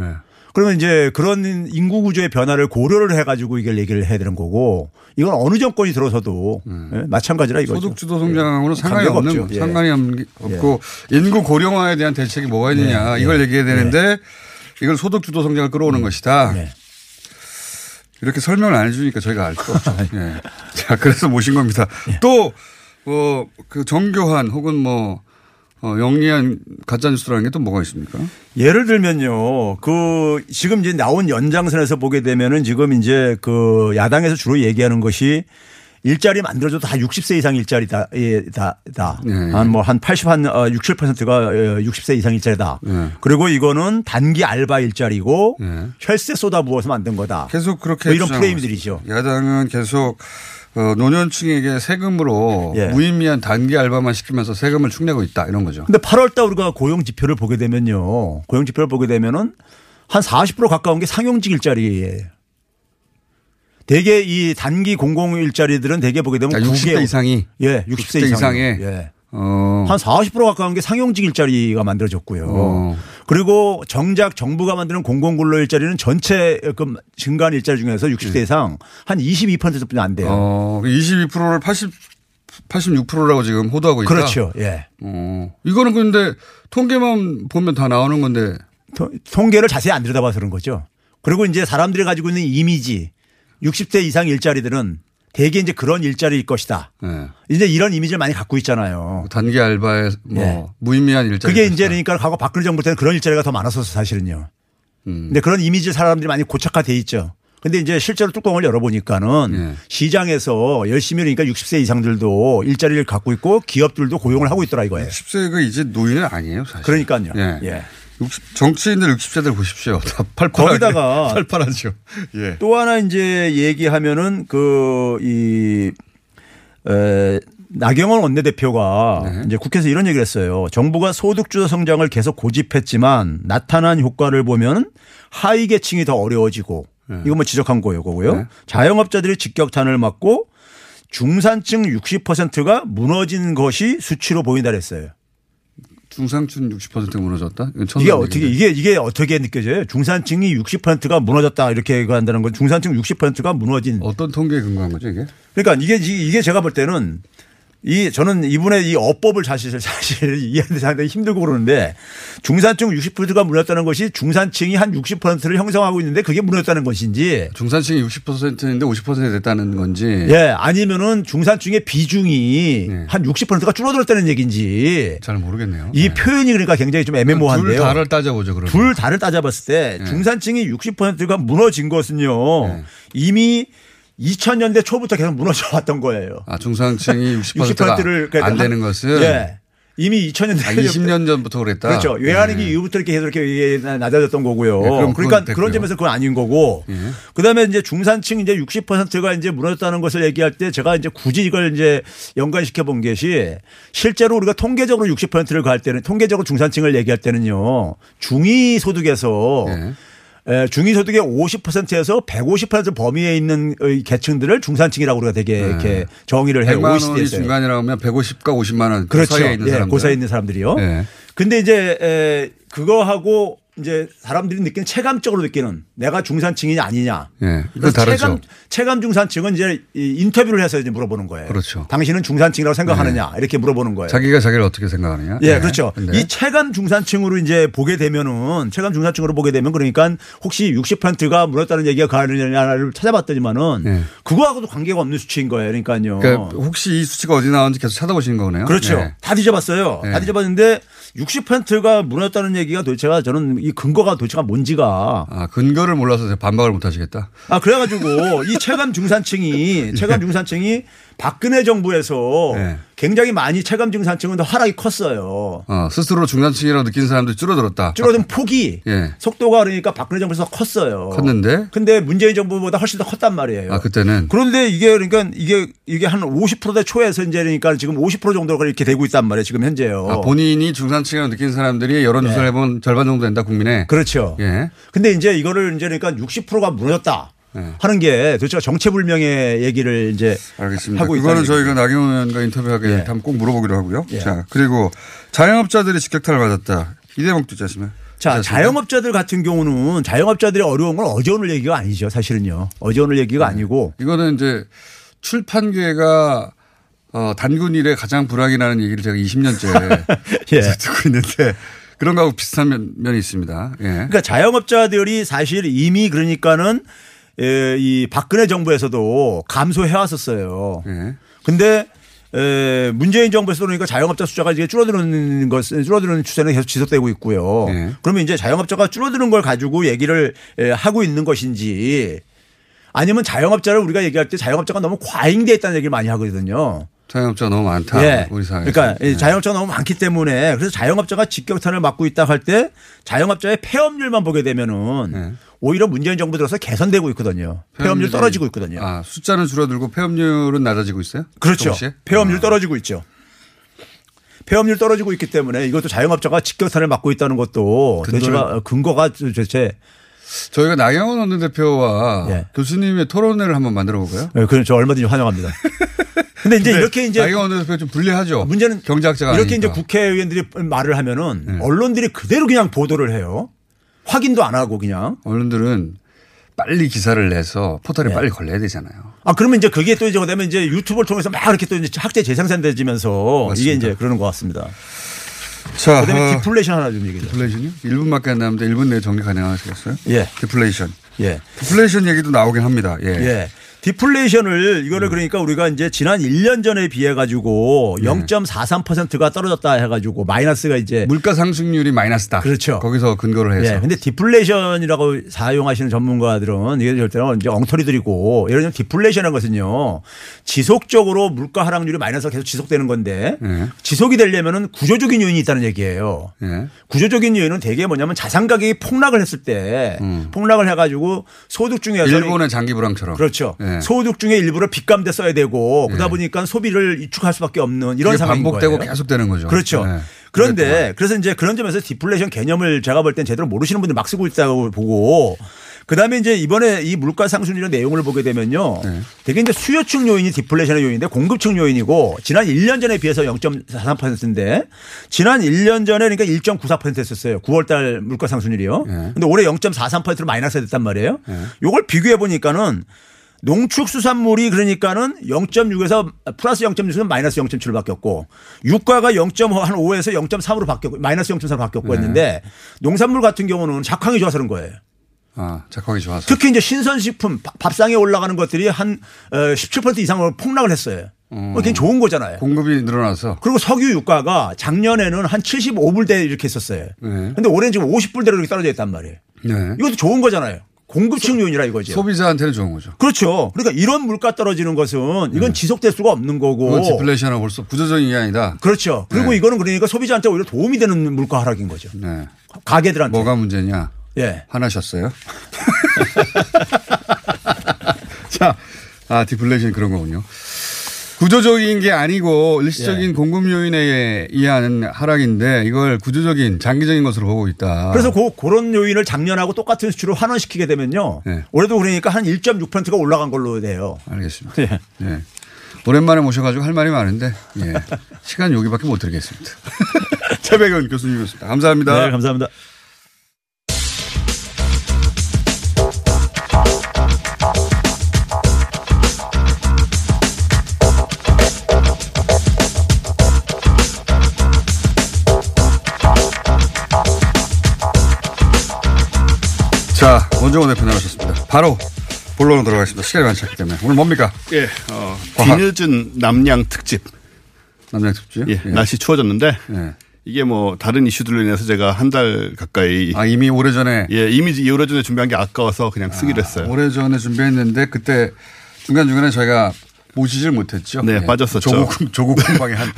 그러면 이제 그런 인구 구조의 변화를 고려를 해가지고 이걸 얘기를 해야 되는 거고 이건 어느 정권이 들어서도 예, 마찬가지라 이거죠.
음. 소득 주도 성장하고는
예.
상관이
관계가
없는
없죠. 예.
상관이 없는 게 없고 인구 고령화에 대한 대책이 뭐가 있느냐
네.
이걸
네.
얘기해야 되는데 이걸 소득 주도 성장을
음.
끌어오는 것이다.
예.
이렇게 설명을 안 해주니까 저희가 알 수 없죠. 예. 자 그래서 모신 겁니다.
예.
어, 또뭐그 정교한 혹은 뭐 어, 영리한 가짜 뉴스라는 게 또 뭐가 있습니까?
예를 들면요. 그 지금 이제 나온 연장선에서 보게 되면은 지금 이제 그 야당에서 주로 얘기하는 것이 일자리 만들어줘도 다 60세 이상 일자리다, 예, 다, 다.
네.
한 뭐 한 80, 한 어, 60, 70%가 60세 이상 일자리다.
네.
그리고 이거는 단기 알바 일자리고 혈세 쏟아부어서 만든 거다.
계속 네. 그렇게
뭐 이런
주장하고
프레임들이죠.
있어요. 야당은 계속 어, 노년층에게 세금으로
예.
무의미한 단기 알바만 시키면서 세금을 축내고 있다 이런 거죠.
근데 8월달 우리가 고용 지표를 보게 되면요. 고용 지표를 보게 되면은 한 40% 가까운 게 상용직 일자리예요. 대개 이 단기 공공 일자리들은 대개 보게 되면
그러니까 60대
9개월.
이상이?
예,
60대
60대, 이상이
이상의?
예.
어.
한 40% 가까운 게 상용직 일자리가 만들어졌고요.
어.
그리고 정작 정부가 만드는 공공근로 일자리는 전체 그 증가한 일자리 중에서
네.
60대 이상 한 22%뿐이 안 돼요.
어, 22%를 80 86%라고 지금 호도하고 있다.
그렇죠. 예.
어, 이거는 근데 통계만 보면 다 나오는 건데
통- 통계를 자세히 안 들여다봐서 그런 거죠. 그리고 이제 사람들이 가지고 있는 이미지 60대 이상 일자리들은 대개 이제 그런 일자리일 것이다. 이제 이런 이미지를 많이 갖고 있잖아요.
예. 어, 단기 알바에 뭐
예.
무의미한 일자리.
그게 이제 그러니까 과거 박근혜 정부 때는 그런 일자리가 더 많았었어 사실은요.
음.
근데 그런 이미지 사람들이 많이 고착화돼 있죠. 근데 이제 실제로 뚜껑을 열어보니까는
예.
시장에서 열심히 그러니까 60세 이상들도 일자리를 갖고 있고 기업들도 고용을 하고 있더라 이거예요.
60세가 이제 노인은 아니에요 사실.
그러니까요.
예.
예.
60 정치인들 60세들 보십시오. 다 팔팔하게.
거기다가
팔팔하죠. 예.
또 하나 이제 얘기하면은 그이 나경원 원내대표가
네.
이제 국회에서 이런 얘기를 했어요. 뭐 정부가 소득주도 성장을 계속 고집했지만 나타난 효과를 보면 하위 계층이 더 어려워지고
네.
이거 뭐 지적한 거고요. 자영업자들이 직격탄을 맞고 중산층 60%가 무너진 것이 수치로 보인다 그랬어요.
중상층 60%가 무너졌다. 이건
이게
천만
어떻게
얘기인데.
이게 이게 어떻게 느껴져요? 중산층이 60%가 무너졌다 이렇게 얘기한다는 건 중산층 60%가 무너진
어떤 통계에 근거한 거죠 이게?
그러니까 이게 이- 이게 제가 볼 때는 이 저는 이분의 이 어법을 사실 사실 이해하는데 상당히 힘들고 그러는데 중산층 60%가 무너졌다는 것이 중산층이 한 60%를 형성하고 있는데 그게 무너졌다는 것인지
중산층이 60%인데 50% 됐다는 건지.
예, 아니면은 중산층의 비중이 한 60%가 줄어들었다는 얘기인지
잘 모르겠네요. 예. 그러니까
이 표현이 그러니까 굉장히 좀 애매모호한데요.
둘 다를 따져보죠 그러면.
둘 다를 따져봤을 때 중산층이 60%가 무너진 것은요 이미 2000년대 초부터 계속 무너져 왔던 거예요.
아 중상층이 60%가
60%를
안
그러니까
되는
한-
것은
예. 이미 2000년대
아, 20년 전부터 그랬다.
그렇죠. 외환위기
예.
이후부터 이렇게 계속 이렇게 이게 낮아졌던 거고요.
예, 그럼 그건
그러니까
됐고요. 예.
그런 점에서 그건 아닌 거고. 그다음에 이제 중산층 이제 60%가 이제 무너졌다는 것을 얘기할 때 제가 이제 굳이 이걸 이제 연관시켜 본 것이 실제로 우리가 통계적으로 60%를 가할 때는 통계적으로 중산층을 얘기할 때는요. 중위 소득에서
예.
에, 중위소득의 50%에서 150% 범위에 있는 의 계층들을 중산층이라고 우리가 되게 이렇게 정의를 해요.
100만 원이
OECD에서.
중간이라고 하면 150과 50만 원그
그렇죠.
사이에 있는
예,
사람들.
그 사이에 있는 사람들이요.
예.
근데 이제 에, 그거하고 이제 사람들이 느끼는 체감적으로 느끼는 내가 중산층이냐 아니냐.
예.
그러니까
그
그래서
다르죠.
체감 체감 중산층은 이제 이 인터뷰를 해서 이제 물어보는 거예요.
그렇죠. 네.
당신은 중산층이라고 생각하느냐 이렇게 물어보는 거예요.
자기가 자기를 어떻게 생각하느냐.
예,
네.
그렇죠.
네.
이 체감 중산층으로 이제 보게 되면은 체감 중산층으로 보게 되면 그러니까 혹시 60%가 물었다는 얘기가 가느냐를 찾아봤더니만은
예.
그거하고도 관계가 없는 수치인 거예요. 그러니까요.
그러니까 혹시 이 수치가 어디 나오는지 계속 찾아보시는 거네요.
그렇죠.
네.
다 뒤져봤어요.
네.
다 뒤져봤는데 60%가 무너졌다는 얘기가 도대체가 저는 이 근거가 도대체가 뭔지가
아, 근거를 몰라서 반박을 못 하시겠다. 예.
아 그래가지고 이 체감 중산층이 체감 중산층이 박근혜 정부에서
네.
굉장히 많이 체감 중산층은 더 하락이 컸어요.
어, 스스로 중산층이라고 느낀 사람들이 줄어들었다.
줄어든 폭이
예.
속도가 그러니까 박근혜 정부에서 컸어요.
컸는데?
근데 문재인 정부보다 훨씬 더 컸단 말이에요.
아, 그때는
그런데 이게 그러니까 이게 이게 한 50%대 초에서 이제 그러니까 지금 50% 정도가 이렇게 되고 있단 말이에요. 지금 현재요.
아, 본인이 중산층이라고 느낀 사람들이 여론조사를
네.
해보면 절반 정도 된다 국민의.
그렇죠.
예.
근데 이제 이거를 이제 그러니까 60%가 무너졌다 하는 게 도대체 정체불명의 얘기를 이제
예. 알겠습니다.
하고
그거는
있다는
저희가 나경원 의원과 인터뷰하게 될 때 한번 꼭 물어보기로 하고요.
예.
자 그리고 자영업자들이 직격탄을 맞았다. 이 대목도 있지 않습니까?
자, 자영업자들 같은 경우는 자영업자들이 어려운 건 어제 오늘 얘기가 아니죠. 사실은요. 어제 오늘 얘기가 아니고
이거는 이제 출판계가 어, 단군 일에 가장 불황이라는 얘기를 제가 20년째
예.
듣고 있는데 그런 거하고 비슷한 면, 면이 있습니다. 예.
그러니까 자영업자들이 사실 이미 그러니까는 에, 이 박근혜 정부에서도 감소해
네.
왔었어요.
예.
예. 근데 에, 문재인 정부에서 도 그러니까 자영업자 숫자가 이제 줄어드는 것, 줄어드는 추세는 계속 지속되고 있고요.
예.
그러면 이제 자영업자가 줄어드는 걸 가지고 얘기를 에, 하고 있는 것인지 아니면 자영업자를 우리가 얘기할 때 자영업자가 너무 과잉돼 있다는 얘기를 많이 하거든요.
자영업자 너무 많다.
예.
우리 사회에서.
그러니까 이
네.
자영업자가 너무 많기 때문에 그래서 자영업자가 직격탄을 맞고 있다 할 때 자영업자의 폐업률만 보게 되면은 오히려 문재인 정부 들어서 개선되고 있거든요. 폐업률
예. 폐업률이-
떨어지고 있거든요.
아, 숫자는 줄어들고 폐업률은 낮아지고 있어요?
예. 그렇죠.
동시에? 아,
폐업률 떨어지고 있죠. 폐업률 떨어지고 있기 때문에 이것도 자영업자가 직격탄을 맞고 있다는 것도 도대체가 근거가 도대체
저희가 나경원 원내대표와 교수님의 토론회를 한번 만들어 볼까요?
예, 그건 저 얼마든지 환영합니다. 근데 이제
근데
이렇게 이제
나경원 원내대표 좀 불리하죠.
문제는
경제학자가
이렇게
아니니까. 네.
이제 국회의원들이 말을 하면은 언론들이 그대로 그냥 보도를 해요. 확인도 안 하고 그냥.
언론들은 빨리 기사를 내서
예.
포털에 빨리 걸려야 되잖아요.
아 그러면 이제 그게 또 이제 그다음에 이제 유튜브를 통해서 막 이렇게 또 이제 학제 재생산되지면서 어, 이게 이제 그러는 것 같습니다.
자,
그다음에
어,
디플레이션 하나 좀 얘기해 주세요.
디플레이션이요? 1분밖에 안 남는데 1분 내에 정리 가능하시겠어요?
예.
디플레이션.
예.
디플레이션 얘기도 나오긴 합니다. 예.
예. 디플레이션을 이거를 그러니까 우리가 이제 지난 1년 전에 비해
예.
가지고 0.43%가 떨어졌다 해 가지고 마이너스가 이제
물가 상승률이 마이너스다.
그렇죠.
거기서 근거를 해서.
예. 근데 디플레이션이라고 사용하시는 전문가들은 이게 절대로 이제 엉터리들이고 예를 들면 디플레이션이라는 것은요 지속적으로 물가 하락률이 마이너스가 계속 지속되는 건데
예.
지속이 되려면은 구조적인 요인이 있다는 얘기예요.
예.
구조적인 요인은 대개 뭐냐면 자산 가격이 폭락을 했을 때 음. 폭락을 해가지고 소득 중에서
일본의 장기 불황처럼.
그렇죠.
예.
소득 중에 일부를 빚감대 써야 되고 그러다 보니까 소비를 이축할 수밖에 없는 이런
이게
상황인
반복되고
거예요.
계속되는 거죠.
그렇죠.
예.
그런데 그래서 이제 그런 점에서 디플레이션 개념을 제가 볼 땐 제대로 모르시는 분들 막 쓰고 있다고 보고 그다음에 이제 이번에 이 물가 상승률의 내용을 보게 되면요.
네.
되게 이제 수요층 요인이 디플레이션의 요인인데 공급층 요인이고 지난 1년 전에 비해서 0.43%인데 지난 1년 전에 그러니까 1.94%였었어요. 9월 달 물가 상승률이요.
네.
근데 올해 0.43%로 마이너스가 됐단 말이에요. 예. 요걸 비교해 보니까는 농축수산물이 그러니까는 0.6에서 플러스 0.6에서 마이너스 0.7로 바뀌었고 유가가 0.5에서 0.3으로 바뀌었고 마이너스 0.3으로 바뀌었고
네.
했는데 농산물 같은 경우는 작황이 좋아서 그런 거예요.
아, 작황이 좋아서.
특히 이제 신선식품 밥- 밥상에 올라가는 것들이 한 17% 이상으로 폭락을 했어요.
음.
그게 좋은 거잖아요.
공급이 늘어나서.
그리고 석유 유가가 작년에는 한 75불대 이렇게 있었어요.
네.
근데 올해는 지금 50불대로 이렇게 떨어져 있단 말이에요.
네.
이것도 좋은 거잖아요. 공급층 요인이라 이거죠.
소비자한테는 좋은 거죠. 네.
그렇죠. 그러니까 이런 물가 떨어지는 것은 이건 지속될 수가 없는 거고.
그건 디플레이션하고 벌써 부조적인 게 아니다.
그렇죠. 그리고
네.
이거는 그러니까 소비자한테 오히려 도움이 되는 물가 하락인 거죠.
네.
가게들한테.
뭐가 문제냐?
예.
화나셨어요? 자, 아, 디플레이션 그런 거군요. 구조적인 게 아니고
예.
일시적인 공급 요인에 의한 하락인데 이걸 구조적인 장기적인 것으로 보고 있다.
그래서 그, 그런 요인을 작년하고 똑같은 수치로 환원시키게 되면요.
네.
올해도 그러니까 한 1.6%가 올라간 걸로 돼요.
알겠습니다. 네. 오랜만에 모셔가지고 할 말이 많은데 예. 시간 여기밖에 못 드리겠습니다. 최백은 교수님이었습니다. 감사합니다.
네, 감사합니다.
자, 원정원 대표 나오셨습니다. 바로 본론으로 들어가겠습니다. 시간이 많지 않기 때문에 오늘 뭡니까?
예, 어,
과학.
뒤늦은 남양 특집.
남양 특집? 예.
예, 날씨 추워졌는데 이게 뭐 다른 이슈들로 인해서 제가 한 달 가까이
아 이미 오래 전에
예, 이미 이 오래 전에 준비한 게 아까워서 그냥 쓰기로 했어요.
오래 전에 준비했는데 그때 중간 중간에 저희가 모시질 못했죠.
네,
예.
빠졌었죠.
조국 조국 공방에 한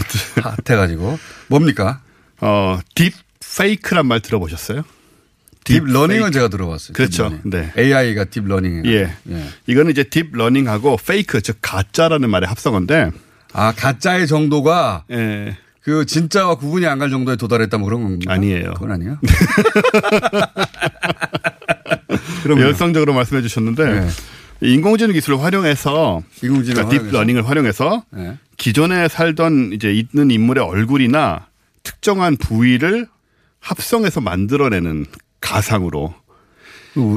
핫해가지고 뭡니까?
어, 딥 페이크란 말 들어보셨어요?
딥러닝은 제가 들어봤어요.
그렇죠.
딥러닝.
네.
AI가 딥러닝.
예. 이거는 이제 딥러닝하고 페이크 즉 가짜라는 말의 합성어인데
아 가짜의 정도가
예.
그 진짜와 구분이 안 갈 정도에 도달했다 뭐 그런 겁니까?
아니에요.
그건 아니야. 그럼요. 네.
열성적으로 말씀해 주셨는데 이 인공지능 기술을 활용해서
인공지능
그러니까 딥러닝을 활용해서
네.
기존에 살던 이제 있는 인물의 얼굴이나 특정한 부위를 합성해서 만들어내는 가상으로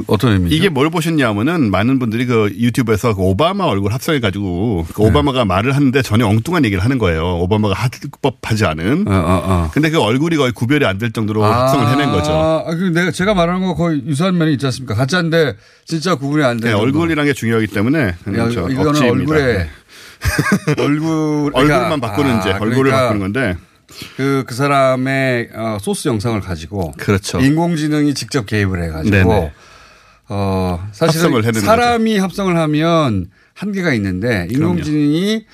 어떤 의미죠?
이게 뭘 보셨냐면은 많은 분들이 그 유튜브에서 그 오바마 얼굴 합성해 가지고
네.
그 오바마가 말을 하는데 전혀 엉뚱한 얘기를 하는 거예요. 오바마가 할 법하지 않은.
어,
근데 그 얼굴이 거의 구별이 안 될 정도로 합성을 해낸 거죠.
아, 그 내가 제가 말하는 거 거의 유사한 면이 있지 않습니까? 가짜인데 진짜 구분이 안
네,
되는
얼굴이란 게 중요하기 때문에
야,
저
이거는
억지입니다.
얼굴에
네.
얼굴 그러니까 아,
얼굴만 바꾸는 이제 얼굴을 바꾸는 건데
그, 그 사람의 어, 소스 영상을 가지고
그렇죠.
인공지능이 직접 개입을 해가지고
네네.
어, 사실은
합성을 해내는
사람이 합성을 하면 한계가 있는데 인공지능이 그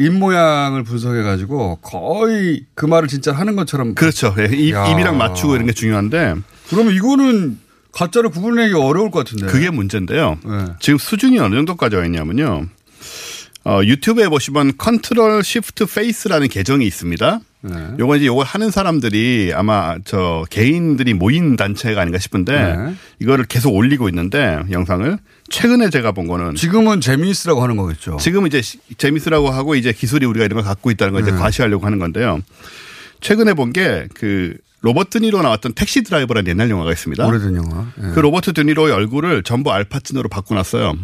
입 모양을 분석해 가지고 거의 그 말을 진짜 하는 것처럼
그렇죠. 예, 입,
야.
입이랑 맞추고 이런 게 중요한데.
그러면 이거는 가짜를 구분하기 어려울 것 같은데. 네.
그게 문제인데요. 지금 수준이 어느 정도까지 와 있냐면요. 어, 유튜브에 보시면 컨트롤 시프트 페이스라는 계정이 있습니다.
네.
요건 이제 요걸 하는 사람들이 아마 저 개인들이 모인 단체가 아닌가 싶은데
네.
이거를 계속 올리고 있는데 영상을 최근에 제가 본 거는
지금은 재미있으라고 하는 거겠죠.
지금 이제 시- 재밌으라고 하고 이제 기술이 우리가 이런 걸 갖고 있다는 걸 이제
네.
과시하려고 하는 건데요. 최근에 본 게 그 로버트 니로 나왔던 택시 드라이버라는 옛날 영화가 있습니다.
오래된 영화. 예.
그 로버트 드니로의 얼굴을 전부 알파치노로 바꿔놨어요.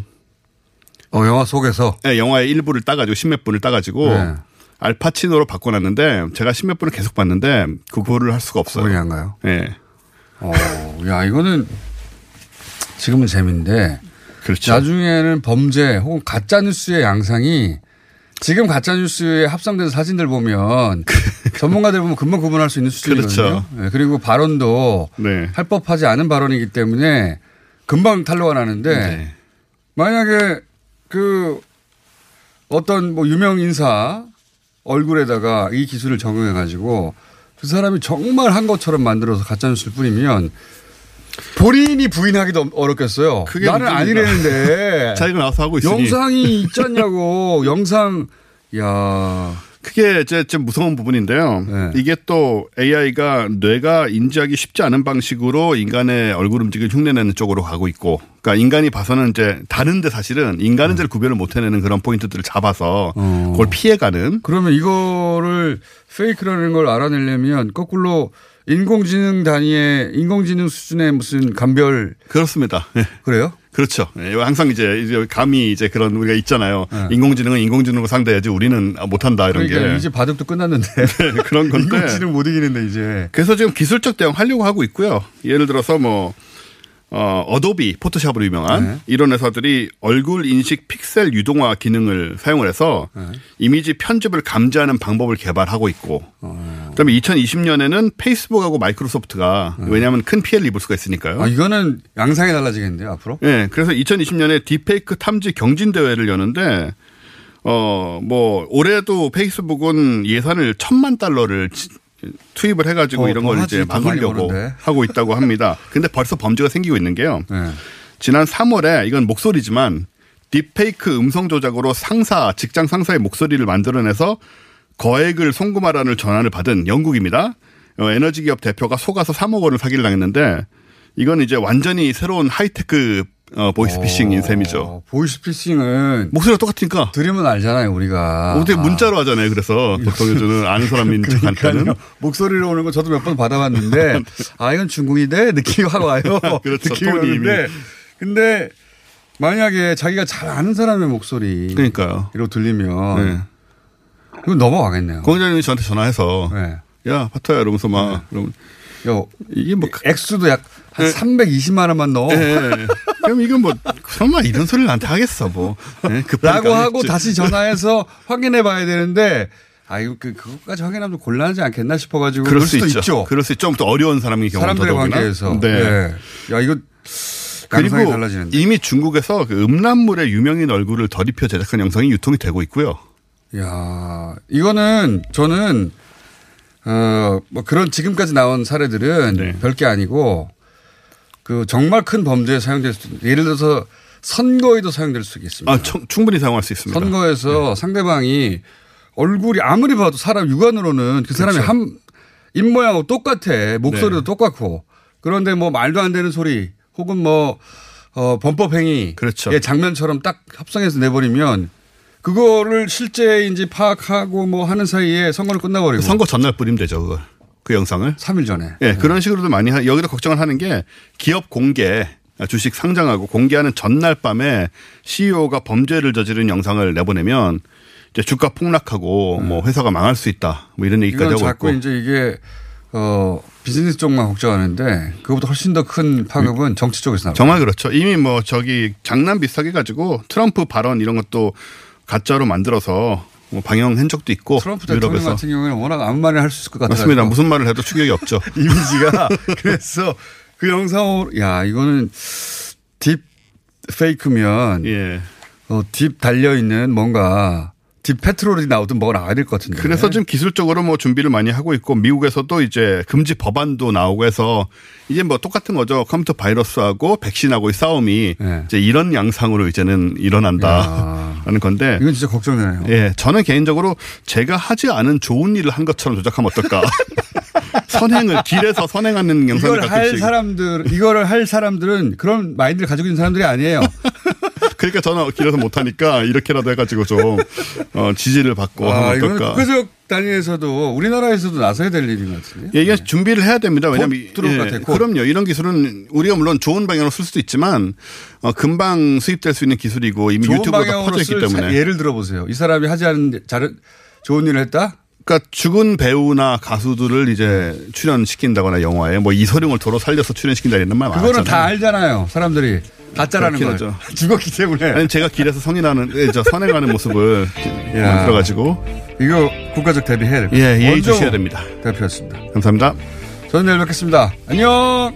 어, 영화 속에서
네, 영화의 일부를 따가지고 십몇 분을 따가지고
네.
알파치노로 바꿔놨는데 제가 십몇 분을 계속 봤는데 그거를 할 수가 없어요.
구분이 안 가요?
예.
어, 야, 이거는 지금은 재미인데.
그렇죠.
나중에는 범죄 혹은 가짜뉴스의 양상이 지금 가짜뉴스에 합성된 사진들 보면 전문가들 보면 금방 구분할 수 있는 수준이거든요.
그 그렇죠.
예, 그리고 발언도
네.
할 법하지 않은 발언이기 때문에 금방 탄로가 나는데
네.
만약에 그 어떤 뭐 유명 인사 얼굴에다가 이 기술을 적용해 가지고 그 사람이 정말 한 것처럼 만들어서 가짜뉴스를 뿌리면 본인이 부인하기도 엄- 어렵겠어요.
그게
나는
문제입니다.
아니랬는데
자기가 나와서 하고 있으니.
영상이 있잖냐고 영상 야 네.
그게 이제 좀 무서운 부분인데요. 이게 또 AI가 뇌가 인지하기 쉽지 않은 방식으로 인간의 얼굴 움직임을 흉내내는 쪽으로 가고 있고, 그러니까 인간이 봐서는 이제 다른데 사실은 인간은 잘 구별을 못 해내는 그런 포인트들을 잡아서 그걸 피해가는.
어. 그러면 이거를 페이크라는 걸 알아내려면 거꾸로 인공지능 단위의 인공지능 수준의 무슨 감별
그렇습니다.
그래요?
그렇죠. 예, 항상 이제 이제 감이 이제 그런 우리가 있잖아요.
네.
인공지능은 인공지능으로 상대해야지 우리는 아, 못한다 이런
그러니까
게. 네,
이제 바둑도 끝났는데
그런 건데.
인공지능 못 이기는데 이제
그래서 지금 기술적 대응 하려고 하고 있고요. 예를 들어서 뭐 어, 어도비 포토샵으로 유명한
네.
이런 회사들이 얼굴 인식 픽셀 유동화 기능을 사용을 해서
네.
이미지 편집을 감지하는 방법을 개발하고 있고
어.
그다음에 2020년에는 페이스북하고 마이크로소프트가 왜냐하면 큰 피해를 입을 수가 있으니까요.
네. 아, 이거는 양상이 달라지겠는데요 앞으로?
예, 그래서 2020년에 딥페이크 탐지 경진 대회를 여는데 어 뭐 올해도 페이스북은 예산을 천만 달러를 치- 투입을 해가지고
어,
이런
더
걸
하지,
이제
더 많이
막으려고
버는데.
하고 있다고 합니다. 근데 벌써 범죄가 생기고 있는 게요.
네.
지난 3월에 이건 목소리지만 딥페이크 음성 조작으로 상사 직장 상사의 목소리를 만들어내서 거액을 송금하라는 전화를 받은 영국입니다. 어, 에너지 기업 대표가 속아서 3억 원을 사기를 당했는데 이건 이제 완전히 새로운 하이테크 어, 보이스피싱인 셈이죠.
보이스피싱은
목소리가 똑같으니까
들으면 어, 알잖아요 우리가
어떻게 문자로 하잖아요. 그래서 보통 요즘은 아는 사람인 척한테는
그러니까요. 목소리로 오는 거 저도 몇 번 받아봤는데 아 이건 중국인데 느낌이 확 와요.
그렇죠.
느낌이
톤이 이미.
오는데 근데 만약에 자기가 잘 아는 사람의 목소리
그러니까요.
이로 들리면
네.
그럼 넘어가겠네요. 네.
공장님이 저한테 전화해서 야 파타야 이러면서 막 그럼
야
이게 뭐
액수도 약 한 320만 원만 넣어.
예. 그럼 이건 뭐 설마 이런 소리를 나한테 하겠어 뭐 예, 급하니까
라고 하고
하겠지.
다시 전화해서 확인해 봐야 되는데 아 이거 그 그것까지 확인하면 좀 곤란하지 않겠나 싶어 가지고
그럴 수 있죠. 그럴 수 있죠. 좀더 어려운 사람의 경우는
사람들의
더더욱이나.
관계에서.
네.
야 이거 양상이
그리고
달라지는데.
이미 중국에서 그 음란물에 유명인 얼굴을 덜 입혀 제작한 영상이 유통이 되고 있고요.
야 이거는 저는 어뭐 그런 지금까지 나온 사례들은
네.
별게 아니고 그 정말 큰 범죄에 사용될 수 예를 들어서 선거에도 사용될 수 있습니다.
아, 충- 충분히 사용할 수 있습니다. 네.
선거에서 상대방이 얼굴이 아무리 봐도 사람 육안으로는 그 사람이
그렇죠.
한 입모양하고 똑같아. 목소리도
네.
똑같고. 그런데 뭐 말도 안 되는 소리 혹은 뭐 어, 범법행위.
그렇죠.
의 장면처럼 딱 합성해서 내버리면 그거를 실제인지 파악하고 뭐 하는 사이에 선거를 끝나버리고.
선거 전날 뿌리면 되죠, 그걸. 그 영상을.
3일 전에. 네.
예, 그런 식으로도 많이 하, 여기도 걱정을 하는 게 기업 공개 주식 상장하고 공개하는 전날 밤에 CEO가 범죄를 저지른 영상을 내보내면 이제 주가 폭락하고 뭐 회사가 망할 수 있다. 뭐 이런 얘기까지
네. 이건
하고
자꾸
있고.
이제 이게 어, 비즈니스 쪽만 걱정하는데 그거보다 훨씬 더 큰 파급은 정치 쪽에서 나와요.
정말 그렇죠. 이미 뭐 저기 장난 비슷하게 가지고 트럼프 발언 이런 것도 가짜로 만들어서 뭐 방영한 적도 있고 뭐
트럼프 대통령 같은 경우에는 워낙 아무 말을 할 수 있을 것 같아요.
맞습니다. 무슨 말을 해도 추격이 없죠.
이미지가 그래서 그 영상으로 야 이거는
딥 페이크면
예.
어, 딥 달려 있는 뭔가 딥 페트롤이 나오든 뭐가 나와야 될 것 같은데.
그래서 지금 기술적으로 뭐 준비를 많이 하고 있고 미국에서도 이제 금지 법안도 나오고 해서 이제 뭐 똑같은 거죠. 컴퓨터 바이러스하고 백신하고의 싸움이
예.
이제 이런 양상으로 이제는 일어난다라는 건데.
이건 진짜 걱정되네요.
예, 저는 개인적으로 제가 하지 않은 좋은 일을 한 것처럼 조작하면 어떨까. 선행을 길에서 선행하는 영상을
이걸 할
가끔씩.
사람들 이거를 할 사람들은 그런 마인드를 가지고 있는 사람들이 아니에요.
그러니까 저는 길에서 못하니까 이렇게라도 해가지고 좀 어, 지지를 받고
아,
하면
이거는
어떨까.
국회적 단위에서도 우리나라에서도 나서야 될 일인 것 같은데. 네.
예, 이게 준비를 해야 됩니다. 왜냐면
곧 들어올 것 같아요, 곧.
그럼요. 이런 기술은 우리가 물론 좋은 방향으로 쓸 수도 있지만 어, 금방 수입될 수 있는 기술이고 이미
좋은
유튜브가 다
방향으로
퍼져 있기
쓸
때문에
사- 예를 들어보세요. 이 사람이 하지 않은 잘 좋은 일을 했다.
그러니까 죽은 배우나 가수들을 이제
음.
출연시킨다거나 영화에 뭐 이소룡을 도로 살려서 출연시킨다는 말 많았잖아요.
그거는 다 알잖아요. 사람들이 가짜라는 걸.
그렇긴 하죠.
죽었기 때문에.
아니 제가 길에서 성인하는 예, 저 선행하는 모습을
야.
들어가지고
이거 국가적 대비해야 됩니다.
예, 이해해
원정우
주셔야 됩니다.
대표였습니다.
감사합니다.
저는 내일 뵙겠습니다. 안녕.